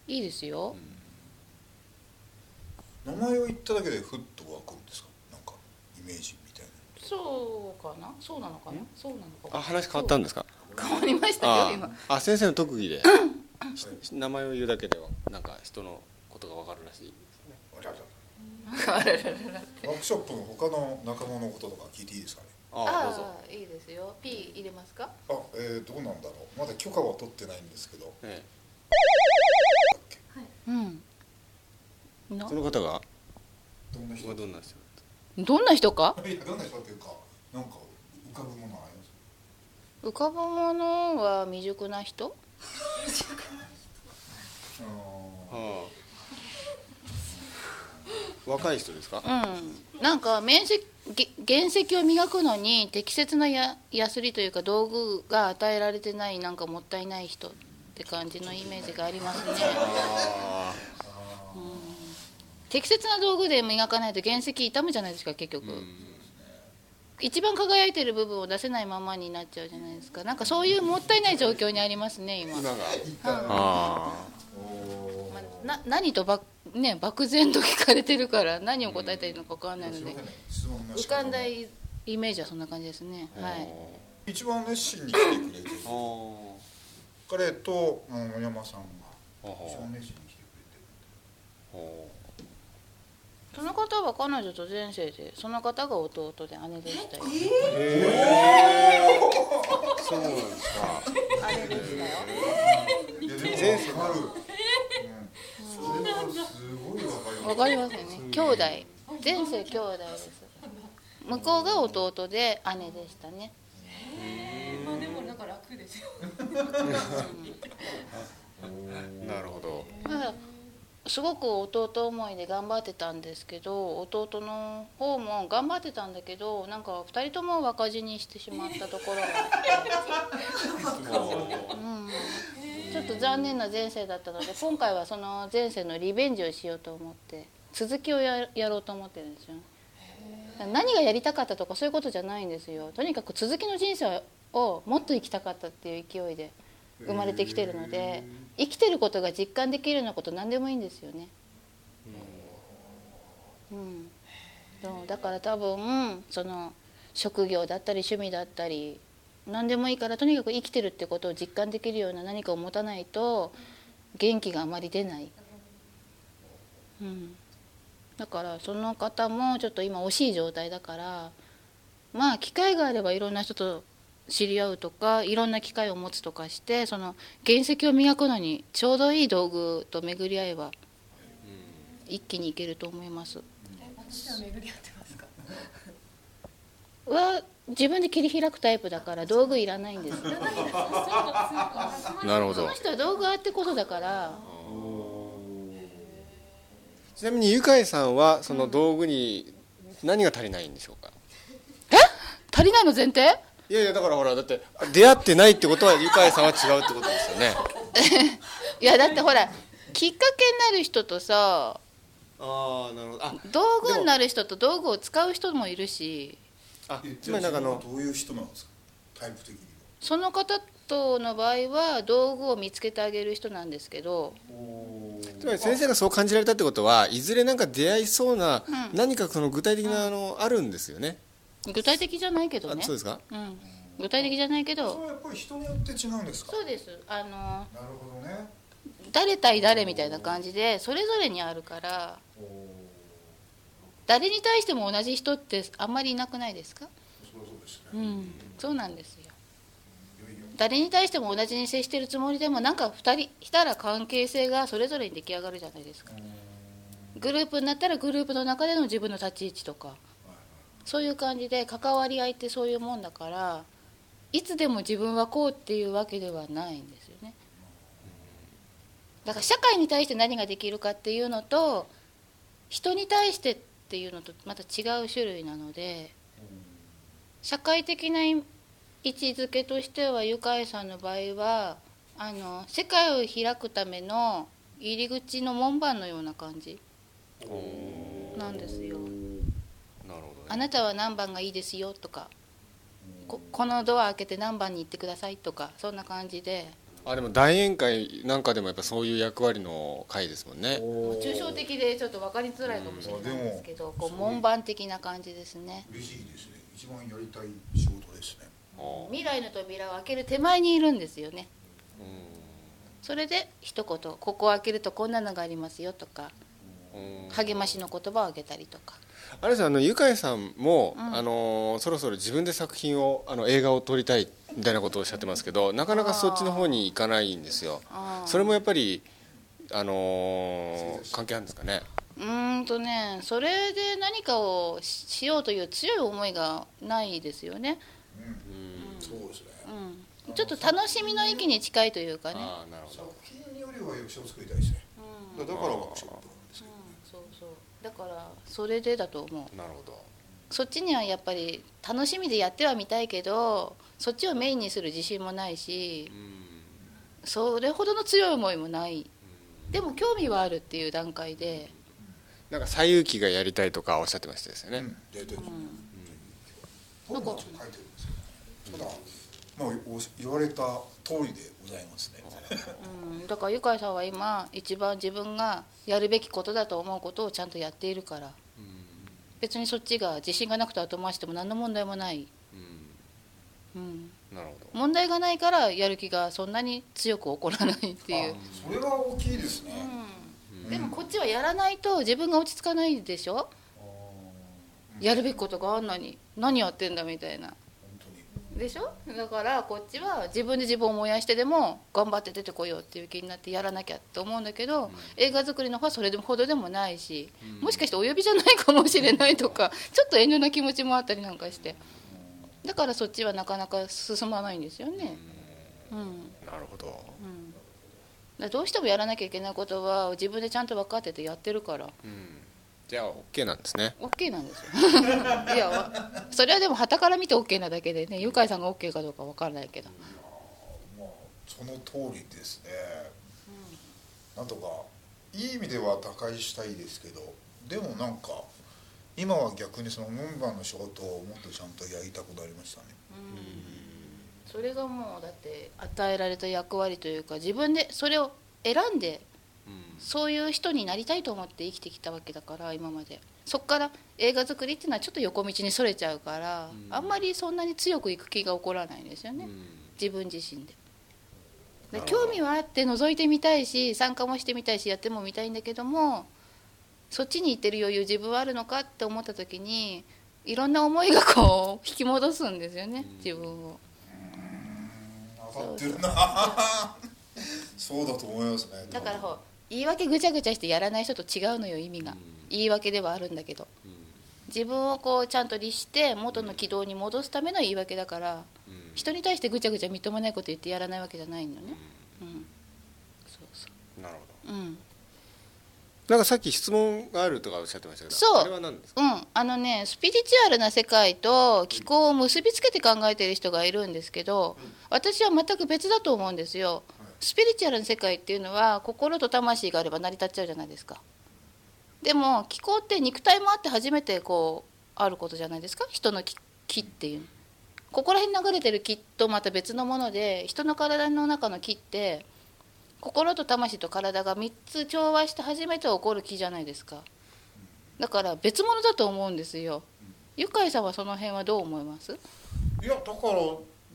Speaker 2: いいですよ、
Speaker 3: 名前を言っただけでふっと湧くんですかなんかイメージみたいな
Speaker 2: そうかなそうなのかなそうなのか
Speaker 1: あ話変わったん
Speaker 2: ん
Speaker 1: ですか
Speaker 2: 変わりましたよ今
Speaker 1: ああ先生の特技でし名前を言うだけではなんか人のことが分かるらしい
Speaker 3: あららワークショップの他の仲間のこととか聞いていいですかね
Speaker 1: ああどうぞ
Speaker 2: ああいいですよ P 入れますか
Speaker 3: あ、えー、どうなんだろうまだ許可は取ってないんですけど
Speaker 1: え
Speaker 3: だっけ
Speaker 2: うん
Speaker 1: え
Speaker 2: な
Speaker 1: その方が
Speaker 3: どんな人
Speaker 1: はどんな人
Speaker 2: どんな人か
Speaker 3: いやどんな人っていうかなんか浮かぶものはあります
Speaker 2: 浮かぶものは未熟な人
Speaker 1: あ
Speaker 3: あ
Speaker 1: あ若い人ですか
Speaker 2: うんなんか面積げ原石を磨くのに適切なややすりというか道具が与えられてないなんかもったいない人って感じのイメージがありますね
Speaker 1: あ
Speaker 2: 適切な道具で磨かないと原石傷むじゃないですか結局、一番輝いてる部分を出せないままになっちゃうじゃないですかなんかそういうもったいない状況にありますね今
Speaker 1: あ今があ
Speaker 2: まあな何とば、ね、漠然と聞かれてるから何を答えたらいいのか分かんないので
Speaker 3: ー質問の仕
Speaker 2: 浮
Speaker 3: 方
Speaker 2: かんだイメージはそんな感じですね
Speaker 1: あ
Speaker 2: はい
Speaker 3: 一番熱心に来てくれてる
Speaker 1: ああ
Speaker 3: 彼とうん森山さんが
Speaker 1: ああ
Speaker 3: 一番熱心に来てくれてる
Speaker 2: その方は彼女と前世でその方が弟で姉でしたよ
Speaker 1: そうなんですか
Speaker 2: 姉でしたよ
Speaker 3: いやでも
Speaker 1: 前世
Speaker 3: わかる、うん、それはすごいわかります
Speaker 2: わかりますよね兄弟前世兄弟です向こうが弟で姉でしたね
Speaker 8: まあでもなんか楽ですよ
Speaker 1: なるほど
Speaker 2: だからすごく弟思いで頑張ってたんですけど弟の方も頑張ってたんだけどなんか2人とも若死にしてしまったところが、うん、ちょっと残念な前世だったので今回はその前世のリベンジをしようと思って続きをややろうと思ってるんですよ何がやりたかったとかそういうことじゃないんですよとにかく続きの人生をもっと生きたかったっていう勢いで生まれてきてるので生きてることが実感できるようなこと何でもいいんですよね。うん、そうだから多分その職業だったり趣味だったり何でもいいからとにかく生きてるってことを実感できるような何かを持たないと元気があまり出ない、うん、だからその方もちょっと今惜しい状態だからまあ機会があればいろんな人と知り合うとかいろんな機会を持つとかしてその原石を磨くのにちょうどいい道具と巡り合えば一気にいけると思います。
Speaker 8: 私は巡り合ってますか
Speaker 2: は自分で切り開くタイプだから道具いらないんです
Speaker 1: なるほ
Speaker 2: こ
Speaker 1: ど
Speaker 2: の人は道具あってこそだから
Speaker 1: ちなみにゆかいさんはその道具に何が足りないんでしょうか
Speaker 2: 足りないの前提
Speaker 1: いやいやだからほらだって出会ってないってことはゆかいさんは違うってことですよね
Speaker 2: いやだってほらきっかけになる人とさ
Speaker 1: ああなるほどあ
Speaker 2: 道具になる人と道具を使う人もいるし
Speaker 1: あ
Speaker 3: え
Speaker 1: つまりなんかあ
Speaker 3: じゃ
Speaker 1: の
Speaker 3: どういう人なんですかタイプ的に
Speaker 2: その方との場合は道具を見つけてあげる人なんですけど
Speaker 1: つまり先生がそう感じられたってことはいずれなんか出会いそうな
Speaker 2: うん
Speaker 1: 何かその具体的なあのあるんですよね
Speaker 2: 具体的じゃないけど
Speaker 1: あ
Speaker 2: ね
Speaker 1: そうですか
Speaker 2: うん、具体的じゃないけ
Speaker 3: それ
Speaker 2: ど
Speaker 3: はやっぱり人によって違うんですか
Speaker 2: そうですあの
Speaker 3: なるほどね
Speaker 2: 誰対誰みたいな感じでそれぞれにあるから
Speaker 3: おー
Speaker 2: 誰に対しても同じ人ってあんまりいなくないですか、
Speaker 3: そうそうですね
Speaker 2: うん、そうなんですよ
Speaker 3: いよいよ
Speaker 2: 誰に対しても同じに接してるつもりでもなんか2人したら関係性がそれぞれに出来上がるじゃないですかグループになったらグループの中での自分の立ち位置とかそういう感じで関わり合いってそういうもんだからいつでも自分はこうっていうわけではないんですよね
Speaker 3: う
Speaker 2: だから社会に対して何ができるかっていうのと人に対してっていうのとまた違う種類なので社会的な位置づけとしてはゆかいさんの場合はあの世界を開くための入り口の門番のような感じなんですよ。
Speaker 1: なるほど
Speaker 2: あなたは何番がいいですよとかここのドア開けて何番に行ってくださいとかそんな感じで
Speaker 1: あでも大宴会なんかでもやっぱそういう役割の会ですもんね
Speaker 2: 抽象的でちょっと分かりづらいかもしれないんですけど、
Speaker 3: うん
Speaker 2: こう門番的な感じですね
Speaker 3: 嬉しいですね一番やりたい仕事ですね
Speaker 2: 未来の扉を開ける手前にいるんですよねそれで一言「ここを開けるとこんなのがありますよ」とか励ましの言葉をあげたりとか
Speaker 1: あれさんあのゆかいさんも、
Speaker 2: うん
Speaker 1: あのーそろそろ自分で作品をあの映画を撮りたいみたいなことをおっしゃってますけどなかなかそっちの方に行かないんですよ
Speaker 2: あー
Speaker 1: それもやっぱりあのー関係あるんですかね
Speaker 2: うーんとねそれで何かをししようという強い思いがないですよね、
Speaker 3: そうですね
Speaker 2: うん、ちょっと楽しみの域に近いというかね
Speaker 1: ああなるほ
Speaker 3: 作
Speaker 1: ど
Speaker 3: 品よりは役者を作りたいですねだからワークショップなんですけど
Speaker 2: そうそうだからそれでだと思う
Speaker 1: なるほど
Speaker 2: そっちにはやっぱり楽しみでやってはみたいけどそっちをメインにする自信もないしそれほどの強い思いもないでも興味はあるっていう段階で
Speaker 1: なんか「西遊記」がやりたいとかおっしゃってましたですよね、
Speaker 3: やりたいですね僕もちょっと書いてるんですけどただまあお言われた通りでございますね
Speaker 2: うんだからゆかいさんは今一番自分がやるべきことだと思うことをちゃんとやっているから別にそっちが自信がなくて後回しても何の問題もない、うん、
Speaker 1: なるほど
Speaker 2: 問題がないからやる気がそんなに強く起こらないっていう
Speaker 3: それは大きいですね
Speaker 2: でもこっちはやらないと自分が落ち着かないでしょやるべきことがあんのに何やってんだみたいな
Speaker 3: 本当に
Speaker 2: でしょだからこっちは自分で自分を燃やしてでも頑張って出てこようっていう気になってやらなきゃって思うんだけど、映画作りの方はそれほどでもないし、もしかしてお呼びじゃないかもしれないとか ちょっと遠慮な気持ちもあったりなんかしてだからそっちはなかなか進まないんですよね。うん
Speaker 1: なるほど
Speaker 2: うんだからどうしてもやらなきゃいけないことは自分でちゃんと分かっててやってるから
Speaker 1: じゃあ OK なんですね
Speaker 2: OK なんです よいやわそれはでも傍から見て OK なだけでねゆかいさんが OK かどうか分からないけど
Speaker 3: まあその通りですね、なんとかいい意味では打開したいですけどでもなんか今は逆にその門番の仕事をもっとちゃんとやりたくなりましたね
Speaker 2: それがもうだって与えられた役割というか自分でそれを選んでそういう人になりたいと思って生きてきたわけだから今までそっから映画作りっていうのはちょっと横道にそれちゃうから、あんまりそんなに強くいく気が起こらないんですよね、自分自身で。で興味はあって覗いてみたいし参加もしてみたいしやってもみたいんだけどもそっちに行ってる余裕自分はあるのかって思った時にいろんな思いがこう引き戻すんですよね自分を。
Speaker 3: 当たってるな そうだと思いますね
Speaker 2: だからほう言い訳ぐちゃぐちゃしてやらない人と違うのよ意味が、言い訳ではあるんだけど、自分をこうちゃんと律して元の軌道に戻すための言い訳だから、人に対してぐちゃぐちゃみっともないこと言ってやらないわけじゃないのねうん、そうそ
Speaker 1: なるほど
Speaker 2: ううん
Speaker 1: なんかさっき質問があるとかおっしゃってましたけど
Speaker 2: そう
Speaker 1: あれは何ですか
Speaker 2: うん、あのねスピリチュアルな世界と気候を結びつけて考えてる人がいるんですけど私は全く別だと思うんですよスピリチュアルな世界っていうのは心と魂があれば成り立っちゃうじゃないですかでも気候って肉体もあって初めてこうあることじゃないですか人の気気っていうここら辺に流れてる気とまた別のもので人の体の中の気って心と魂と体が3つ調和して初めて起こる気じゃないですかだから別物だと思うんですよ。ゆかいさんはその辺はどう思います？
Speaker 3: いやだから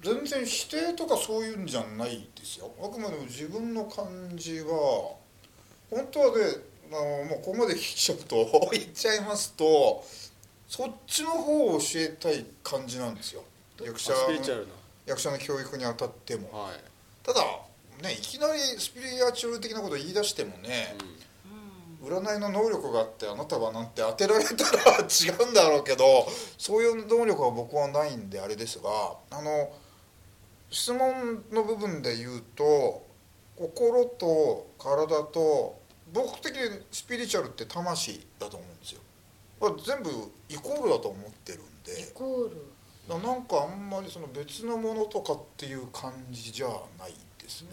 Speaker 3: 全然否定とかそういうんじゃないですよあくまでも自分の感じは本当はであのもうここまで来ちゃうと 言っちゃいますとそっちの方を教えたい感じなんですよ役者の
Speaker 1: あスピリチュアルな
Speaker 3: 役者の教育にあたっても
Speaker 1: はい
Speaker 3: ただねいきなりスピリチュアル的なこと言い出してもね、占いの能力があってあなたはなんて当てられたら違うんだろうけどそういう能力は僕はないんであれですがあの質問の部分で言うと心と体と僕的にスピリチュアルって魂だと思うんですよだから全部イコールだと思ってるんで
Speaker 2: イコール
Speaker 3: だからなんかあんまりその別のものとかっていう感じじゃないですね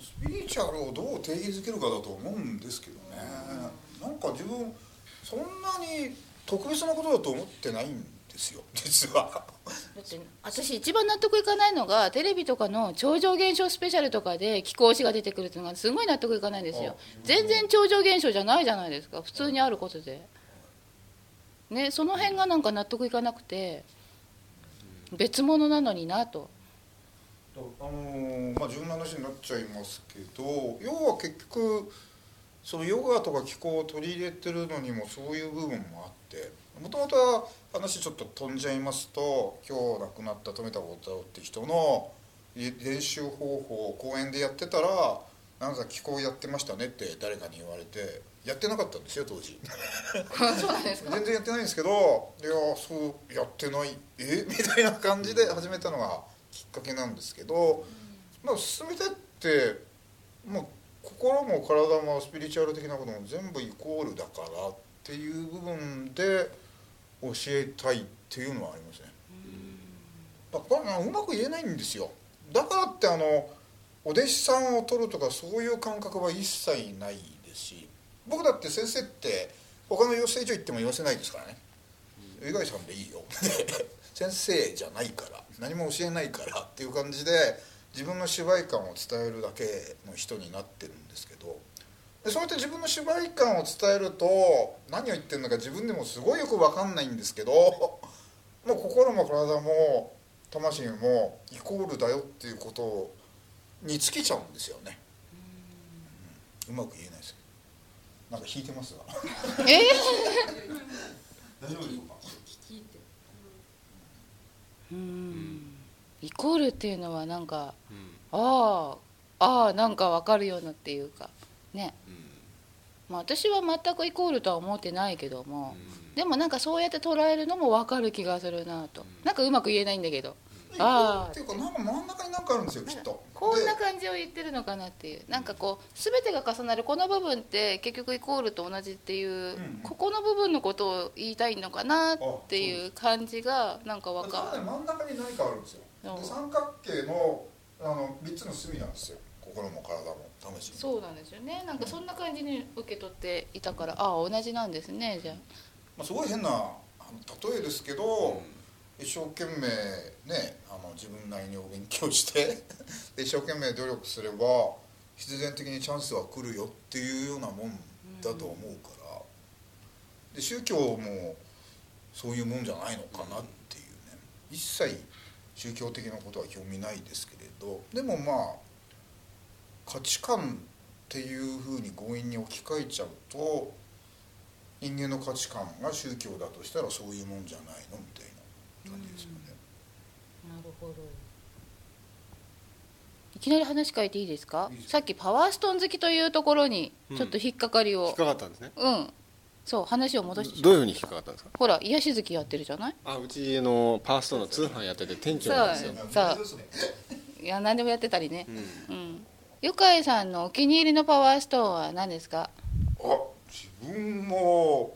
Speaker 3: スピリチュアルをどう定義づけるかだと思うんですけどねなんか自分そんなに特別なことだと思ってないんですよ実は
Speaker 2: だって私一番納得いかないのがテレビとかの超常現象スペシャルとかで気候子が出てくるっていうのがすごい納得いかないんですよ全然超常現象じゃないじゃないですか普通にあることでねその辺がなんか納得いかなくて別物なのになと
Speaker 3: あのーまあ自分の話になっちゃいますけど要は結局そのヨガとか気候を取り入れてるのにもそういう部分もあってもともとは話ちょっと飛んじゃいますと今日亡くなった富田幸太郎って人のい練習方法を講演でやってたら「なんか気候やってましたね」って誰かに言われてやってなかったんですよ当時。
Speaker 2: そうなんですか
Speaker 3: 全然やってないんですけどいやーそうやってないえ みたいな感じで始めたのがきっかけなんですけど、まあ進めてって、まあ、心も体もスピリチュアル的なことも全部イコールだからっていう部分で教えたいっていうのはありますね。だからまあうまく言えないんですよだからってあのお弟子さんを取るとかそういう感覚は一切ないですし僕だって先生って他の養成所行っても養せないですからね湯外さんでいいよ 先生じゃないから何も教えないからっていう感じで自分の芝居感を伝えるだけの人になってるんですけどでそうやって自分の芝居感を伝えると何を言ってるのか自分でもすごいよく分かんないんですけど もう心も体も魂もイコールだよっていうことにつけちゃうんですよねうんうまく言えないですけどなんか引いてますが
Speaker 2: え
Speaker 3: 大丈夫でしょうか
Speaker 2: うんイコールっていうのはなんかああああなんかわかるようなっていうかねまあ私は全くイコールとは思ってないけども、でもなんかそうやって捉えるのも分かる気がするなと、なんかうまく言えないんだけど、ああ
Speaker 3: っていうかなんか真ん中になんかあるんですよきっと
Speaker 2: こんな
Speaker 3: で
Speaker 2: 感じを言ってるのかなっていうなんかこう全てが重なるこの部分って結局イコールと同じっていう、
Speaker 3: ん
Speaker 2: ここの部分のことを言いたいのかなっていう感じがなんか分
Speaker 3: か
Speaker 2: か
Speaker 3: なり真ん中に何かあるんですよ
Speaker 2: うん
Speaker 3: で三角形のあの3つの隅なんですよ心も体も魂も
Speaker 2: そうなんですよねなんかそんな感じに受け取っていたからああ同じなんですねじゃあ
Speaker 3: まあ、すごい変なあの例えですけど、一生懸命ねあの自分なりにお勉強して で一生懸命努力すれば必然的にチャンスは来るよっていうようなもんだと思うから、で宗教もそういうもんじゃないのかなっていうね一切宗教的なことは興味ないですけれどでもまあ価値観っていうふうに強引に置き換えちゃうと人間の価値観が宗教だとしたらそういうもんじゃないのみたいな感じですよね。
Speaker 2: なるほどいきなり話変えていいですかさっきパワーストーン好きというところにちょっと引っかかり
Speaker 1: 引
Speaker 2: を
Speaker 1: っかかったんですね
Speaker 2: うん、そう話を戻してし
Speaker 1: ど
Speaker 2: まう
Speaker 1: ういうふうに引っかかったんですか
Speaker 2: ほら癒し好きやってるじゃない
Speaker 1: あうちあのパーストの通販やってて店長
Speaker 2: そう
Speaker 1: なんですよ、
Speaker 2: そういや何でもやってたりね
Speaker 1: うん
Speaker 2: うんゆかいさんのお気に入りのパワーストーンは何ですか
Speaker 3: あ自分も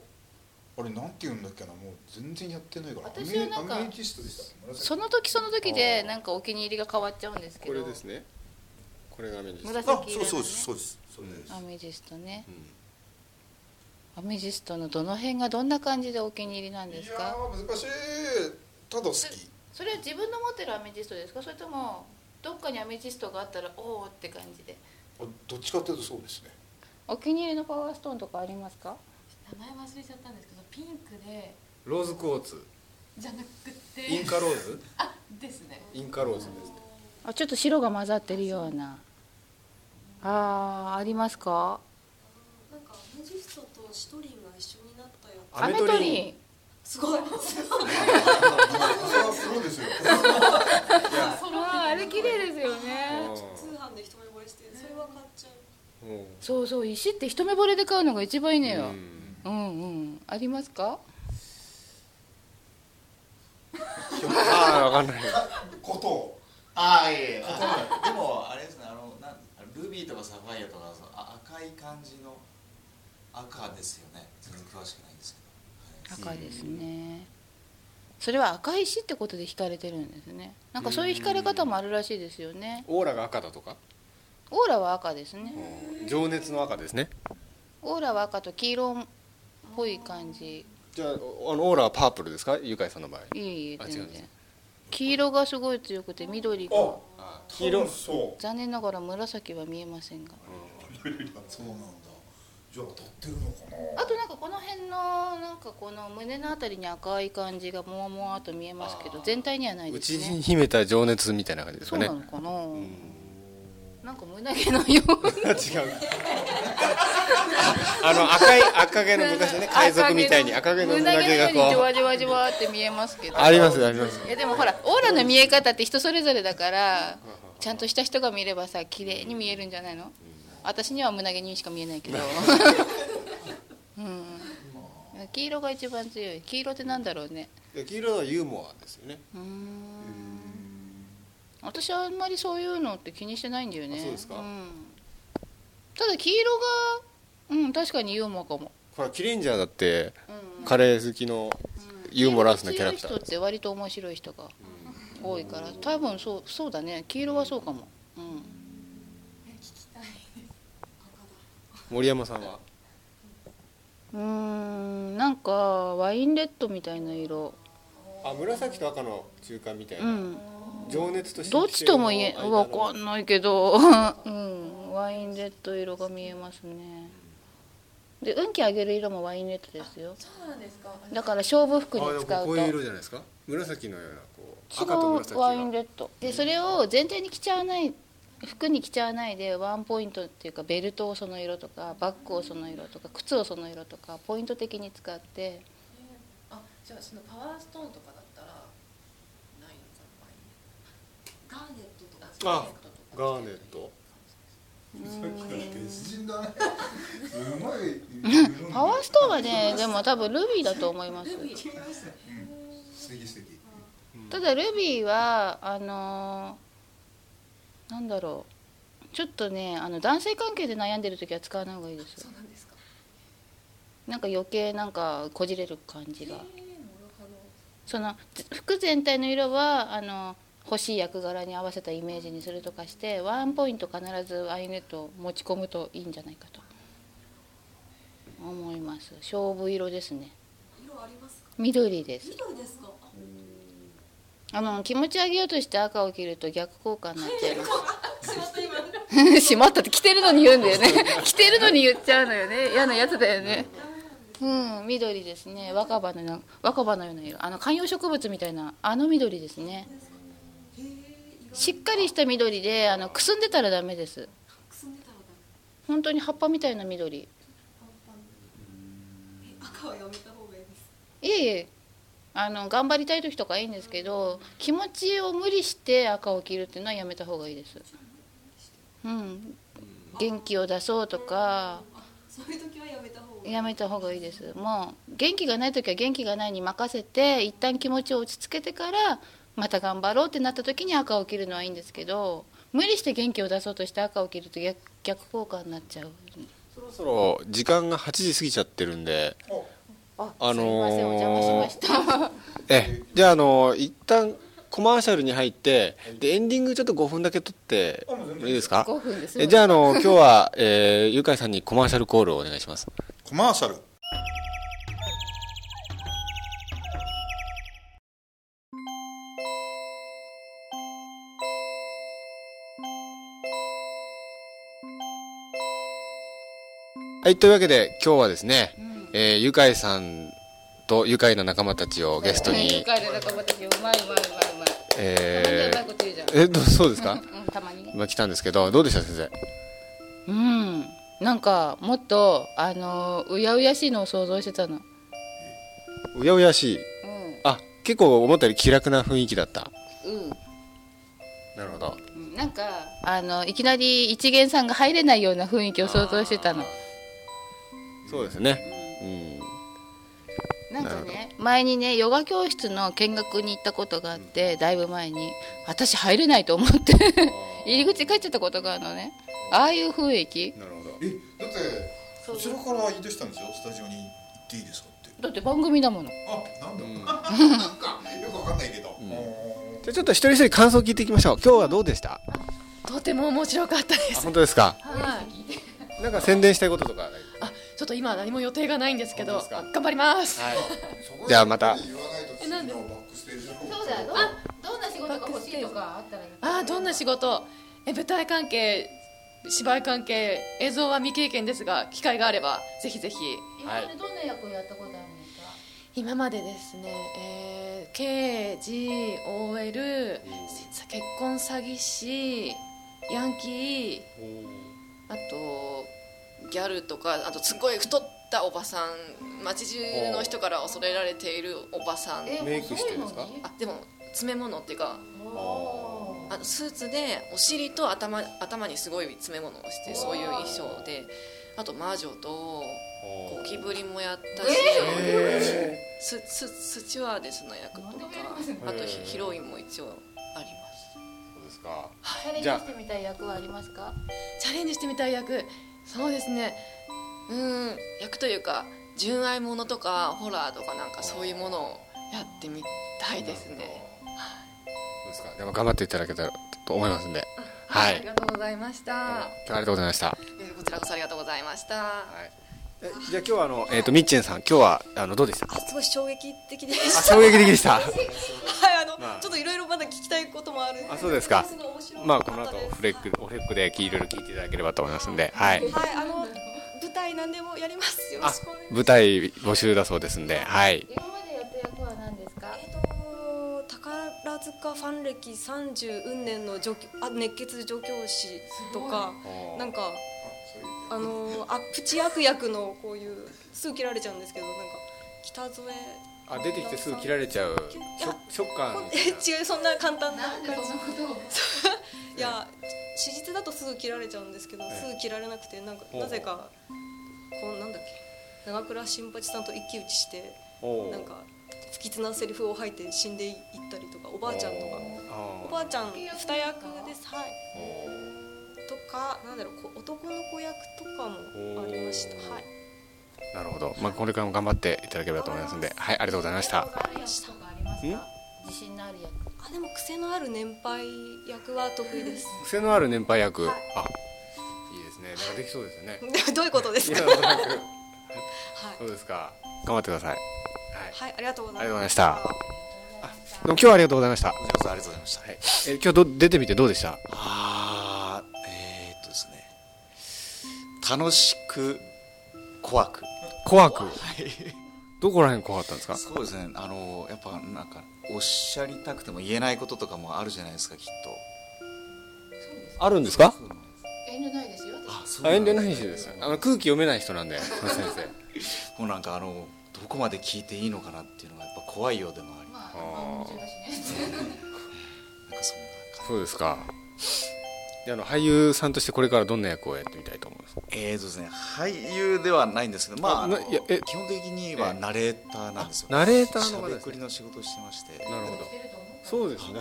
Speaker 3: あれなんて言うんだっけなもう全然やってないから
Speaker 2: 私はなんか
Speaker 3: アメアメジストでしたごめんなさい
Speaker 2: その時その時でなんかお気に入りが変わっちゃうんですけ
Speaker 1: こ
Speaker 2: ど
Speaker 1: れですねこれがメニューです
Speaker 2: 紫色の、ね、
Speaker 3: うですそうです
Speaker 2: アメジストね
Speaker 1: うん
Speaker 2: アメジストのどの辺がどんな感じでお気に入りなんです
Speaker 3: いや
Speaker 2: か
Speaker 3: ー難しいただ好き
Speaker 2: それは自分の持ってるアメジストですかそれともどっかにアメジストがあったらおおって感じで
Speaker 3: あどっちかっていうとそうですね
Speaker 2: お気に入りのパワーストーンとかありますか
Speaker 8: 名前忘れちゃったんですけどピンクで
Speaker 10: ローズクォーツ
Speaker 8: じゃなく
Speaker 10: イ
Speaker 8: て
Speaker 10: ンカローズ
Speaker 8: あですね
Speaker 10: インカローズですね
Speaker 2: あちょっと白が混ざってるようなあーありますか
Speaker 6: なんかアメジストとシトリンが一緒になったよ
Speaker 2: アメトリ
Speaker 10: ン
Speaker 2: ン
Speaker 6: すごい
Speaker 3: それはそうですよ
Speaker 2: あーあれ綺麗ですよね
Speaker 6: 通販で一目惚れしてそれは買っちゃう
Speaker 1: うん
Speaker 2: そうそう石って一目惚れで買うのが一番いいのよ、
Speaker 1: うん
Speaker 2: うんうんあります
Speaker 1: あ
Speaker 2: か
Speaker 1: あ分かんない
Speaker 3: こと
Speaker 11: ああいえいえあでもあれですねあの
Speaker 4: ビーとかサファイアとかそのあ赤い感じの赤ですよね全然詳しくないんですけど、はい
Speaker 2: 赤いですねそれは赤い石ってことで惹かれてるんですねなんかそういう惹かれ方もあるらしいですよね
Speaker 1: オーラが赤だとか
Speaker 2: オーラは赤ですね
Speaker 1: 情熱の赤ですね
Speaker 2: オーラは赤と黄色っぽい感じ
Speaker 1: じゃあおあのオーラはパープルですかゆかいさんの場合
Speaker 2: いえいえ
Speaker 1: あ違う
Speaker 2: 全
Speaker 1: んです
Speaker 2: 然黄色がすごい強くて緑が
Speaker 3: あ
Speaker 1: 黄色
Speaker 3: 多分そう
Speaker 2: 残念ながら紫は見えませんが
Speaker 3: そうなんだじゃあ当たってるのかな
Speaker 2: あとなんかこの辺のなんかこの胸のあたりに赤い感じがもわもわっと見えますけど全体にはないで
Speaker 1: 内
Speaker 2: す
Speaker 1: に
Speaker 2: ね
Speaker 1: 秘めた情熱みたいな感じです
Speaker 2: そ
Speaker 1: か
Speaker 2: う
Speaker 1: ね
Speaker 2: なのかな、なんか胸毛のよう
Speaker 1: 違うあの赤い赤毛の昔のね海賊みたいに赤毛の胸毛が
Speaker 2: 胸毛のようにじ
Speaker 1: こう
Speaker 2: わじわじわって見えますけど
Speaker 1: ありますあります
Speaker 2: いやでもほらオーラの見え方って人それぞれだからちゃんとした人が見ればさ綺麗に見えるんじゃないの私には胸毛にしか見えないけどうん黄色が一番強い黄色ってなんだろうね
Speaker 1: いや黄色はユーモアですよね
Speaker 2: うーん私はあんまりそういうのって気にしてないんだよね
Speaker 1: あそうですか
Speaker 2: ん、ただ黄色がうん確かにユーモアかも、
Speaker 1: ほらキレンジャーだって
Speaker 2: うん、
Speaker 1: カレー好きのユーモラスなキャラクタ
Speaker 2: 黄色が強い
Speaker 1: ー
Speaker 2: 人って割と面白い人が多いから多分そうそうだね黄色はそうかも、うん、
Speaker 1: 森山さんは
Speaker 2: うーんなんかワインレッドみたいな色、
Speaker 1: あ紫と赤の中間みたいうな、
Speaker 2: ん、
Speaker 1: 情熱と
Speaker 2: どっちとも言え
Speaker 1: 間の
Speaker 2: わかんない けど、うん、ワインレッド色が見えますねで運気上げる色もワインレッドですよ
Speaker 8: そうなんですか
Speaker 2: だから勝負服に
Speaker 1: あでも
Speaker 2: 使う
Speaker 1: ことういう色じゃないですか紫のようなこう赤と
Speaker 2: 違
Speaker 1: 紫
Speaker 2: うワイン
Speaker 1: が
Speaker 2: レッドでそれを全体に着ちゃわない服に着ちゃわないでワンポイントっていうかベルトをその色とかバッグをその色とか靴をその色とかポイント的に使って
Speaker 8: あじゃあそのパワーストーンとかだったらないのかなガーネットとか
Speaker 1: あガーネット
Speaker 3: 別人だねすごい
Speaker 2: パワーストーンはねでも多分ルビーだと思います
Speaker 3: 素敵素敵
Speaker 2: ただルビーはあのーなんだろうちょっとねあの男性関係で悩んでる時は使わない方がいいですよ
Speaker 8: そうなんですか
Speaker 2: なんか余計なんかこじれる感じが
Speaker 8: えー、なるほど
Speaker 2: そのぜ服全体の色はあの欲しい役柄に合わせたイメージにするとかしてワンポイント必ずワインレッドを持ち込むといいんじゃないかと思います勝負色ですね
Speaker 8: 色ありますか
Speaker 2: 緑です
Speaker 8: 緑ですかあ
Speaker 2: あの気持ち上げようとして赤を着ると逆効果になっちゃいます。 しまったって着てるのに言うんだよね。 着てるのに言っちゃうのよね。嫌なやつだよね。うん、緑ですね。若葉のような若葉のような色。あの観葉植物みたいなあの緑ですね。しっかりした緑で、あのくすんでたらダメです。
Speaker 8: くすんでたのだ
Speaker 2: 本当に葉っぱみたいな緑。
Speaker 8: 赤はやめた方がいいです
Speaker 2: いえいえ。あの頑張りたい時とかいいんですけど気持ちを無理して赤を着るっていうのはやめた方がいいですうん元気を出そうとか
Speaker 8: そういう時はやめた方がいい
Speaker 2: やめた方がいいですもう元気がない時は元気がないに任せて一旦気持ちを落ち着けてからまた頑張ろうってなった時に赤を着るのはいいんですけど無理して元気を出そうとして赤を着ると逆逆効果になっちゃう
Speaker 1: そろそろ時間が8時過ぎちゃってるんで
Speaker 2: あ
Speaker 1: あのー
Speaker 2: すいませんお邪魔しま した
Speaker 1: えじゃああの一旦コマーシャルに入ってでエンディングちょっと5分だけ取って
Speaker 3: あもう全然
Speaker 1: いいですか
Speaker 2: 5分です
Speaker 1: えじゃああの今日は、えー、ゆかいさんにコマーシャルコールをお願いします
Speaker 3: コマーシャル
Speaker 1: はいというわけで今日はですね、えーゆかいさんとゆかいの仲間たちをゲスト
Speaker 2: に
Speaker 1: に、
Speaker 2: 帰る仲間たちうまいうまいうまいうまい
Speaker 1: え
Speaker 2: うまい
Speaker 1: ー
Speaker 2: こと言うじゃん、
Speaker 1: えどうそうですか
Speaker 2: うん、たまにね
Speaker 1: 今来たんですけどどうでした先生
Speaker 2: うんなんかもっとあのうやうやしいのを想像してたの
Speaker 1: うやうやしい
Speaker 2: うん
Speaker 1: あ結構思ったより気楽な雰囲気だった
Speaker 2: うん
Speaker 1: なるほど
Speaker 2: うんなんかあのいきなり一元さんが入れないような雰囲気を想像してたの
Speaker 1: そうですねうん
Speaker 2: なんか
Speaker 1: なる
Speaker 2: ね前にねヨガ教室の見学に行ったことがあってだいぶ前に私入れないと思って入り口帰っちゃったことがあるのねああいう雰囲気
Speaker 1: なるほど
Speaker 3: えだってこちらから言い出したんですよスタジオに行っていいですかって
Speaker 2: だって番組だもの
Speaker 3: あなんだ、
Speaker 1: ん
Speaker 3: なんかよくわかんないけど、
Speaker 1: うん
Speaker 3: おー
Speaker 1: じゃあちょっと一人一人感想聞いていきましょう今日はどうでした
Speaker 7: とても面白かったです
Speaker 1: 本当ですか
Speaker 7: はい、
Speaker 1: なんか宣伝したいこととかない
Speaker 7: あ、ちょっと今は何も予定がないんですけど、
Speaker 1: 本当ですか
Speaker 7: 頑張ります。
Speaker 1: はい
Speaker 3: そこで
Speaker 1: じゃあまた
Speaker 3: 言わないと次のバックステージの方
Speaker 2: どんな仕
Speaker 7: 事が欲しいと
Speaker 2: かあったら
Speaker 7: あー、どんな仕事、え、舞台関係、芝居関係、映像は未経験ですが、機会があれば、ぜひぜひ。
Speaker 2: 今までどんな役をやったことあるんですか、
Speaker 7: 今までですね、えー、刑事、OL、結婚詐欺師、ヤンキー、あとギャルとかあとすごい太ったおばさん街中の人から恐れられているおばさん
Speaker 2: え
Speaker 1: メイクしてるんですか
Speaker 2: 細いのに
Speaker 7: あでも詰め物っていうか
Speaker 2: おー
Speaker 7: あのスーツでお尻と頭頭にすごい詰め物をしてそういう衣装であと魔女とゴキブリもやったし、スススチュワーデスの役とか
Speaker 2: なんでもやりますね
Speaker 7: あとヒ
Speaker 1: へー
Speaker 7: ヒロインも一応あります
Speaker 1: そうですか
Speaker 2: チャレンジしてみたい役はありますか
Speaker 7: チャレンジしてみたい役そうですねうーん役というか純愛ものとかホラーとかなんかそういうものをやってみたいです
Speaker 1: そう
Speaker 7: ね
Speaker 1: ですかでも頑張っていただけたらと思いますんでは
Speaker 7: はい
Speaker 1: い
Speaker 7: あり
Speaker 1: 今
Speaker 7: がとうございまし
Speaker 1: 日
Speaker 7: た
Speaker 1: はありがとうございました
Speaker 7: えーこちらこそありがとうございました、
Speaker 1: えじゃあ今日はあのえっ、とみっちんさん今日はあのどうでした
Speaker 6: あすごい衝撃的でし
Speaker 1: あ衝撃的でした
Speaker 6: たはいあの、
Speaker 1: まあ
Speaker 6: ちょっといろいろまだ聞きたいこともある
Speaker 1: あそうですか
Speaker 6: ごい面白
Speaker 1: まあ
Speaker 6: か
Speaker 1: この
Speaker 6: った
Speaker 1: 後
Speaker 6: です
Speaker 1: フレックオフレックでいろいろ聞いていただければと思いますんではい
Speaker 6: はいあの舞台何でもやりますよろ
Speaker 1: あ
Speaker 6: しくお願いします
Speaker 1: 舞台募集だそうですんではい
Speaker 2: 今までやった役は何ですか
Speaker 6: えっと宝塚ファン歴30運年の上あ熱血助教師とかなんかあのあプチ悪役のこういうすぐ切られちゃうんですけどなんか北添
Speaker 1: あ出てきてすぐ切られちゃうショショッカーみたいな
Speaker 6: え違うそん な簡単な
Speaker 2: なんでそんなことを
Speaker 6: いや史実だとすぐ切られちゃうんですけどすぐ切られなくてなんか
Speaker 1: ほう
Speaker 6: なぜかこうなんだっけ長倉新八さんと一騎打ちして
Speaker 1: おう
Speaker 6: なんか不吉なセリフを吐いて死んでいったりとかおばあちゃんとかおばあちゃん二役ですはいとかなんだろうこう男の子役とかもありましたはい
Speaker 1: なるほど、まあ、これからも頑張っていただければと思いますので、はい、ありがとうございました。
Speaker 2: ある役とかありますか自信のある役
Speaker 6: あでも癖のある年配役は得意です
Speaker 1: 癖のある年配役、あ、いいですね、なんかできそうですよね。
Speaker 6: どういうことです
Speaker 1: いや
Speaker 6: か
Speaker 1: なんとなく
Speaker 6: はい
Speaker 1: そうですか、頑張ってください。はい、
Speaker 6: はいありがと
Speaker 1: ありがとうご
Speaker 6: うござ
Speaker 1: ざ
Speaker 6: い
Speaker 1: い
Speaker 6: ま
Speaker 1: ま
Speaker 6: し
Speaker 1: したた。でも今日はありがとうございました。
Speaker 4: こちらこそありがとうございました、
Speaker 1: はい、え、今日ど、出てみてどうでした。
Speaker 4: あーえー、っとですね楽しく怖く
Speaker 1: 怖く。どこら辺怖かったんですか。
Speaker 4: そうですねあのやっぱなんかおっしゃりたくても言えないこととかもあるじゃないですかきっ
Speaker 1: あるんです
Speaker 4: と
Speaker 1: か。
Speaker 2: 遠慮ないですよ
Speaker 4: あそう
Speaker 1: あ、
Speaker 4: な
Speaker 1: 遠
Speaker 4: ん
Speaker 1: 慮
Speaker 4: です
Speaker 1: ない人です。あの空気読めない人なんで、この先生。
Speaker 4: もうなんかあのどこまで聞いていいのかなっていうのがやっぱ怖いようでもありなんか
Speaker 2: まあ番組中だしね
Speaker 4: そんな感
Speaker 1: そうですか。で、あの俳優さんとして、これからどんな役をやってみたいと思いますか。
Speaker 4: じえーとですね俳優ではないんですけどまあ
Speaker 1: あ
Speaker 4: あ
Speaker 1: な
Speaker 4: の
Speaker 1: いやえ
Speaker 4: 基本的にはナレーターなんですよ
Speaker 1: ナレーターの方
Speaker 4: しゃべ
Speaker 1: で
Speaker 4: く
Speaker 1: す、
Speaker 4: り
Speaker 1: ね。
Speaker 4: の仕事をしてまして
Speaker 1: なるほど
Speaker 2: 来。てると
Speaker 1: そ
Speaker 2: 思う
Speaker 1: うですね。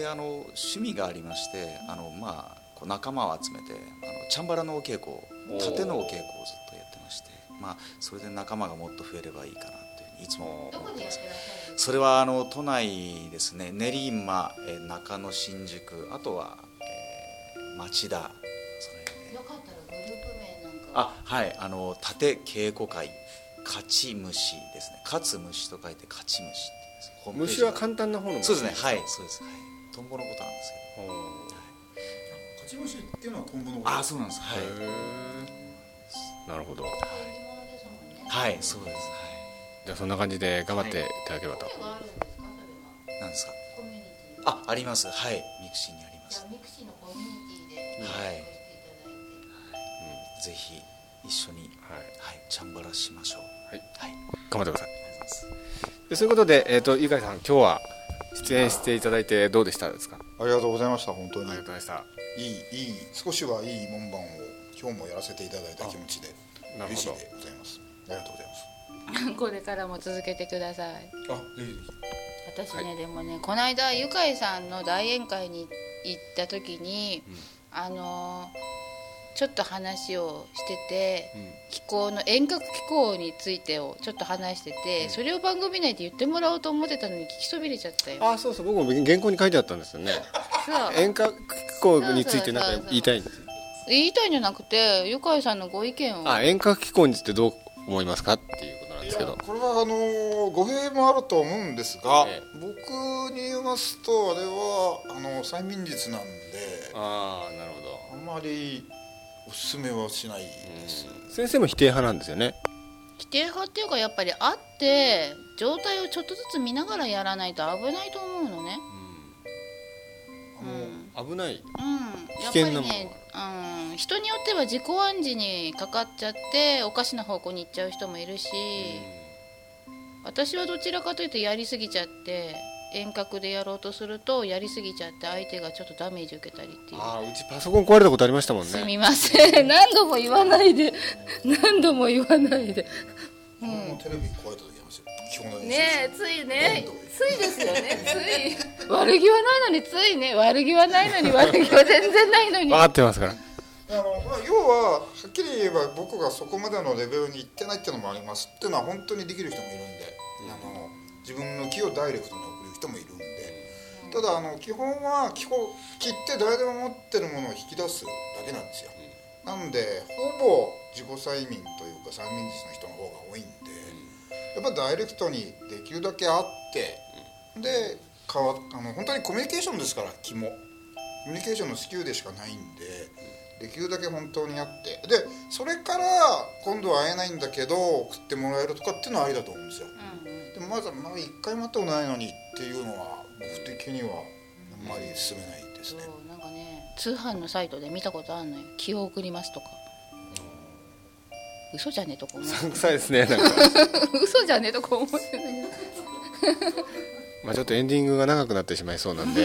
Speaker 4: であの趣味がありましてあの、まあ、こう仲間を集めてあのチャンバラのお稽古を
Speaker 1: おー
Speaker 4: 縦のお稽古をずっとやってまして、まあ、それで仲間がもっと増えればいいかなっていうふうにいつも
Speaker 2: ど
Speaker 4: 思
Speaker 2: こ
Speaker 4: っ
Speaker 2: でや
Speaker 4: てま
Speaker 2: っ
Speaker 4: す
Speaker 2: てらっしゃるんです
Speaker 4: それはあの都内ですね練馬、えー中野新宿あとは、えー町田その辺
Speaker 2: か
Speaker 4: で
Speaker 2: よかったらグループ名なんか
Speaker 4: あはいあの縦稽古会勝ち虫ですね勝つ虫と書いて勝ち虫って言うんですホームページ
Speaker 1: 虫は簡単な方の虫
Speaker 4: そうですねはいそうです、はい、トンボのことなんですけど
Speaker 3: 勝ち星っていうのはトンボの
Speaker 4: あそうなんですはい
Speaker 1: いなるほど
Speaker 2: 縁起物ですもんね
Speaker 4: はいそうですは
Speaker 1: じゃあそんな感じで頑張っていただければと、
Speaker 2: 声があるんですかそれはい
Speaker 4: なんですか
Speaker 2: コミュニティ
Speaker 4: あありますはいミクシーにありま
Speaker 2: じゃ
Speaker 4: す
Speaker 2: あミクシーのコミュニティで
Speaker 4: はい
Speaker 2: していただいて
Speaker 4: ぜひ一緒に
Speaker 1: はい
Speaker 4: はいチャンバラしましょう
Speaker 1: はい
Speaker 4: はい
Speaker 1: 頑張ってください
Speaker 4: ありがとうございます
Speaker 1: でそういうことで、えー、とゆかいさん今日は出演していただいてどうでしたですかあ
Speaker 3: ありがとうございました本当
Speaker 1: り
Speaker 3: に
Speaker 1: がとうございました
Speaker 3: いいいい少しはいい門番を今日もやらせていただいた気持ちで
Speaker 1: なる
Speaker 3: 嬉しい
Speaker 1: ほど
Speaker 3: でございますありがとうございます
Speaker 2: これからも続けてください
Speaker 3: あぜひぜひ
Speaker 2: 私ね、でもねこの間ゆかいさんの大宴会に行った時に、あのーちょっと話をしてて、気候の遠隔気候についてをちょっと話してて、それを番組内で言ってもらおうと思ってたのに聞きそびれちゃったよ
Speaker 1: あそうそう僕も原稿に書いてあったんですよね
Speaker 2: そう
Speaker 1: 遠隔機構についてなんか言いたいんです
Speaker 2: 言いたいんじゃなくてゆかいさんのご意見を
Speaker 1: あ遠隔機構についてどう思いますかっていうことなんですけど
Speaker 3: これはあのー語弊もあると思うんですが、
Speaker 1: ええ
Speaker 3: 僕に言いますとあれはあの催眠術なんであ
Speaker 1: ああなるほど
Speaker 3: んまりおすすめはしないです、
Speaker 1: 先生も否定派なんですよね
Speaker 2: 規定派っていうかやっぱりあって状態をちょっとずつ見ながらやらないと危ないと思うのねうん
Speaker 1: 危ない
Speaker 2: うん、やっぱ
Speaker 1: 危険
Speaker 2: り
Speaker 1: なもの
Speaker 2: ね、うん、人によっては自己暗示にかかっちゃっておかしな方向に行っちゃう人もいるし、私はどちらかというとやりすぎちゃって遠隔でやろうとするとやりすぎちゃって相手がちょっとダメージ受けたりっていう。
Speaker 1: ああうちパソコン壊れたことありましたもん
Speaker 2: す
Speaker 1: ね
Speaker 2: みません 何度も言わないで何度も言わないで
Speaker 3: これもテレビ壊れた時ありましたよ基本の練習
Speaker 2: ねえついね
Speaker 3: どんどん
Speaker 2: ついですよねつい悪気はないのについね悪気はないのに悪気は全然ないのに
Speaker 1: 分かってますから
Speaker 3: あのまあ、要ははっきり言えば僕がそこまでのレベルに行ってないっていうのもありますっていうのは本当にできる人もいるんで、あの自分の気をダイレクトに送る人もいるんで、ただあの基本は気候気って誰でも持ってるものを引き出すだけなんですよ、なんでほぼ自己催眠というか催眠術の人の方が多いんで、やっぱダイレクトにできるだけあって、でかわあの本当にコミュニケーションですから気もコミュニケーションのスキルでしかないんで、できるだけ本当にあってでそれから今度は会えないんだけど送ってもらえるとかっていうのはありだと思うんですよ、でもまだまだ一回も会ったことないのにっていうのは僕的にはあんまり進めないです
Speaker 2: そ
Speaker 3: ね、
Speaker 2: うなんかね通販のサイトで見たことあんのよ気を送りますとか嘘じゃねえとか思う
Speaker 1: 臭いですねなんか
Speaker 2: 嘘じゃねえとか思ってない
Speaker 1: まあちょっとエンディングが長くなってしま いそうなんで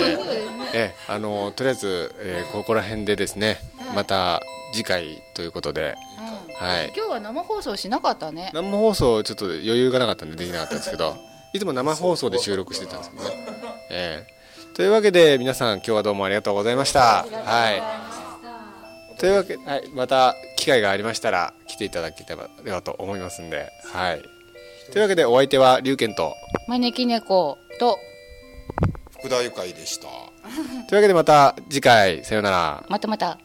Speaker 1: ええあのとりあえず、えーここら辺でですねまた次回ということではい
Speaker 2: 今日は生放送しなかったね
Speaker 1: 生放送ちょっと余裕がなかったんでできなかったんですけ どいつも生放送で収録してたんですけどね、ええというわけで皆さん今日はどうもありがとうございましたはいというわけで、はい、また機会がありましたら来ていただければと思いますんではいというわけでお相手は龍賢と
Speaker 2: 招き猫と
Speaker 3: 福田愉快でした
Speaker 1: というわけでまた次回さようなら
Speaker 2: またまた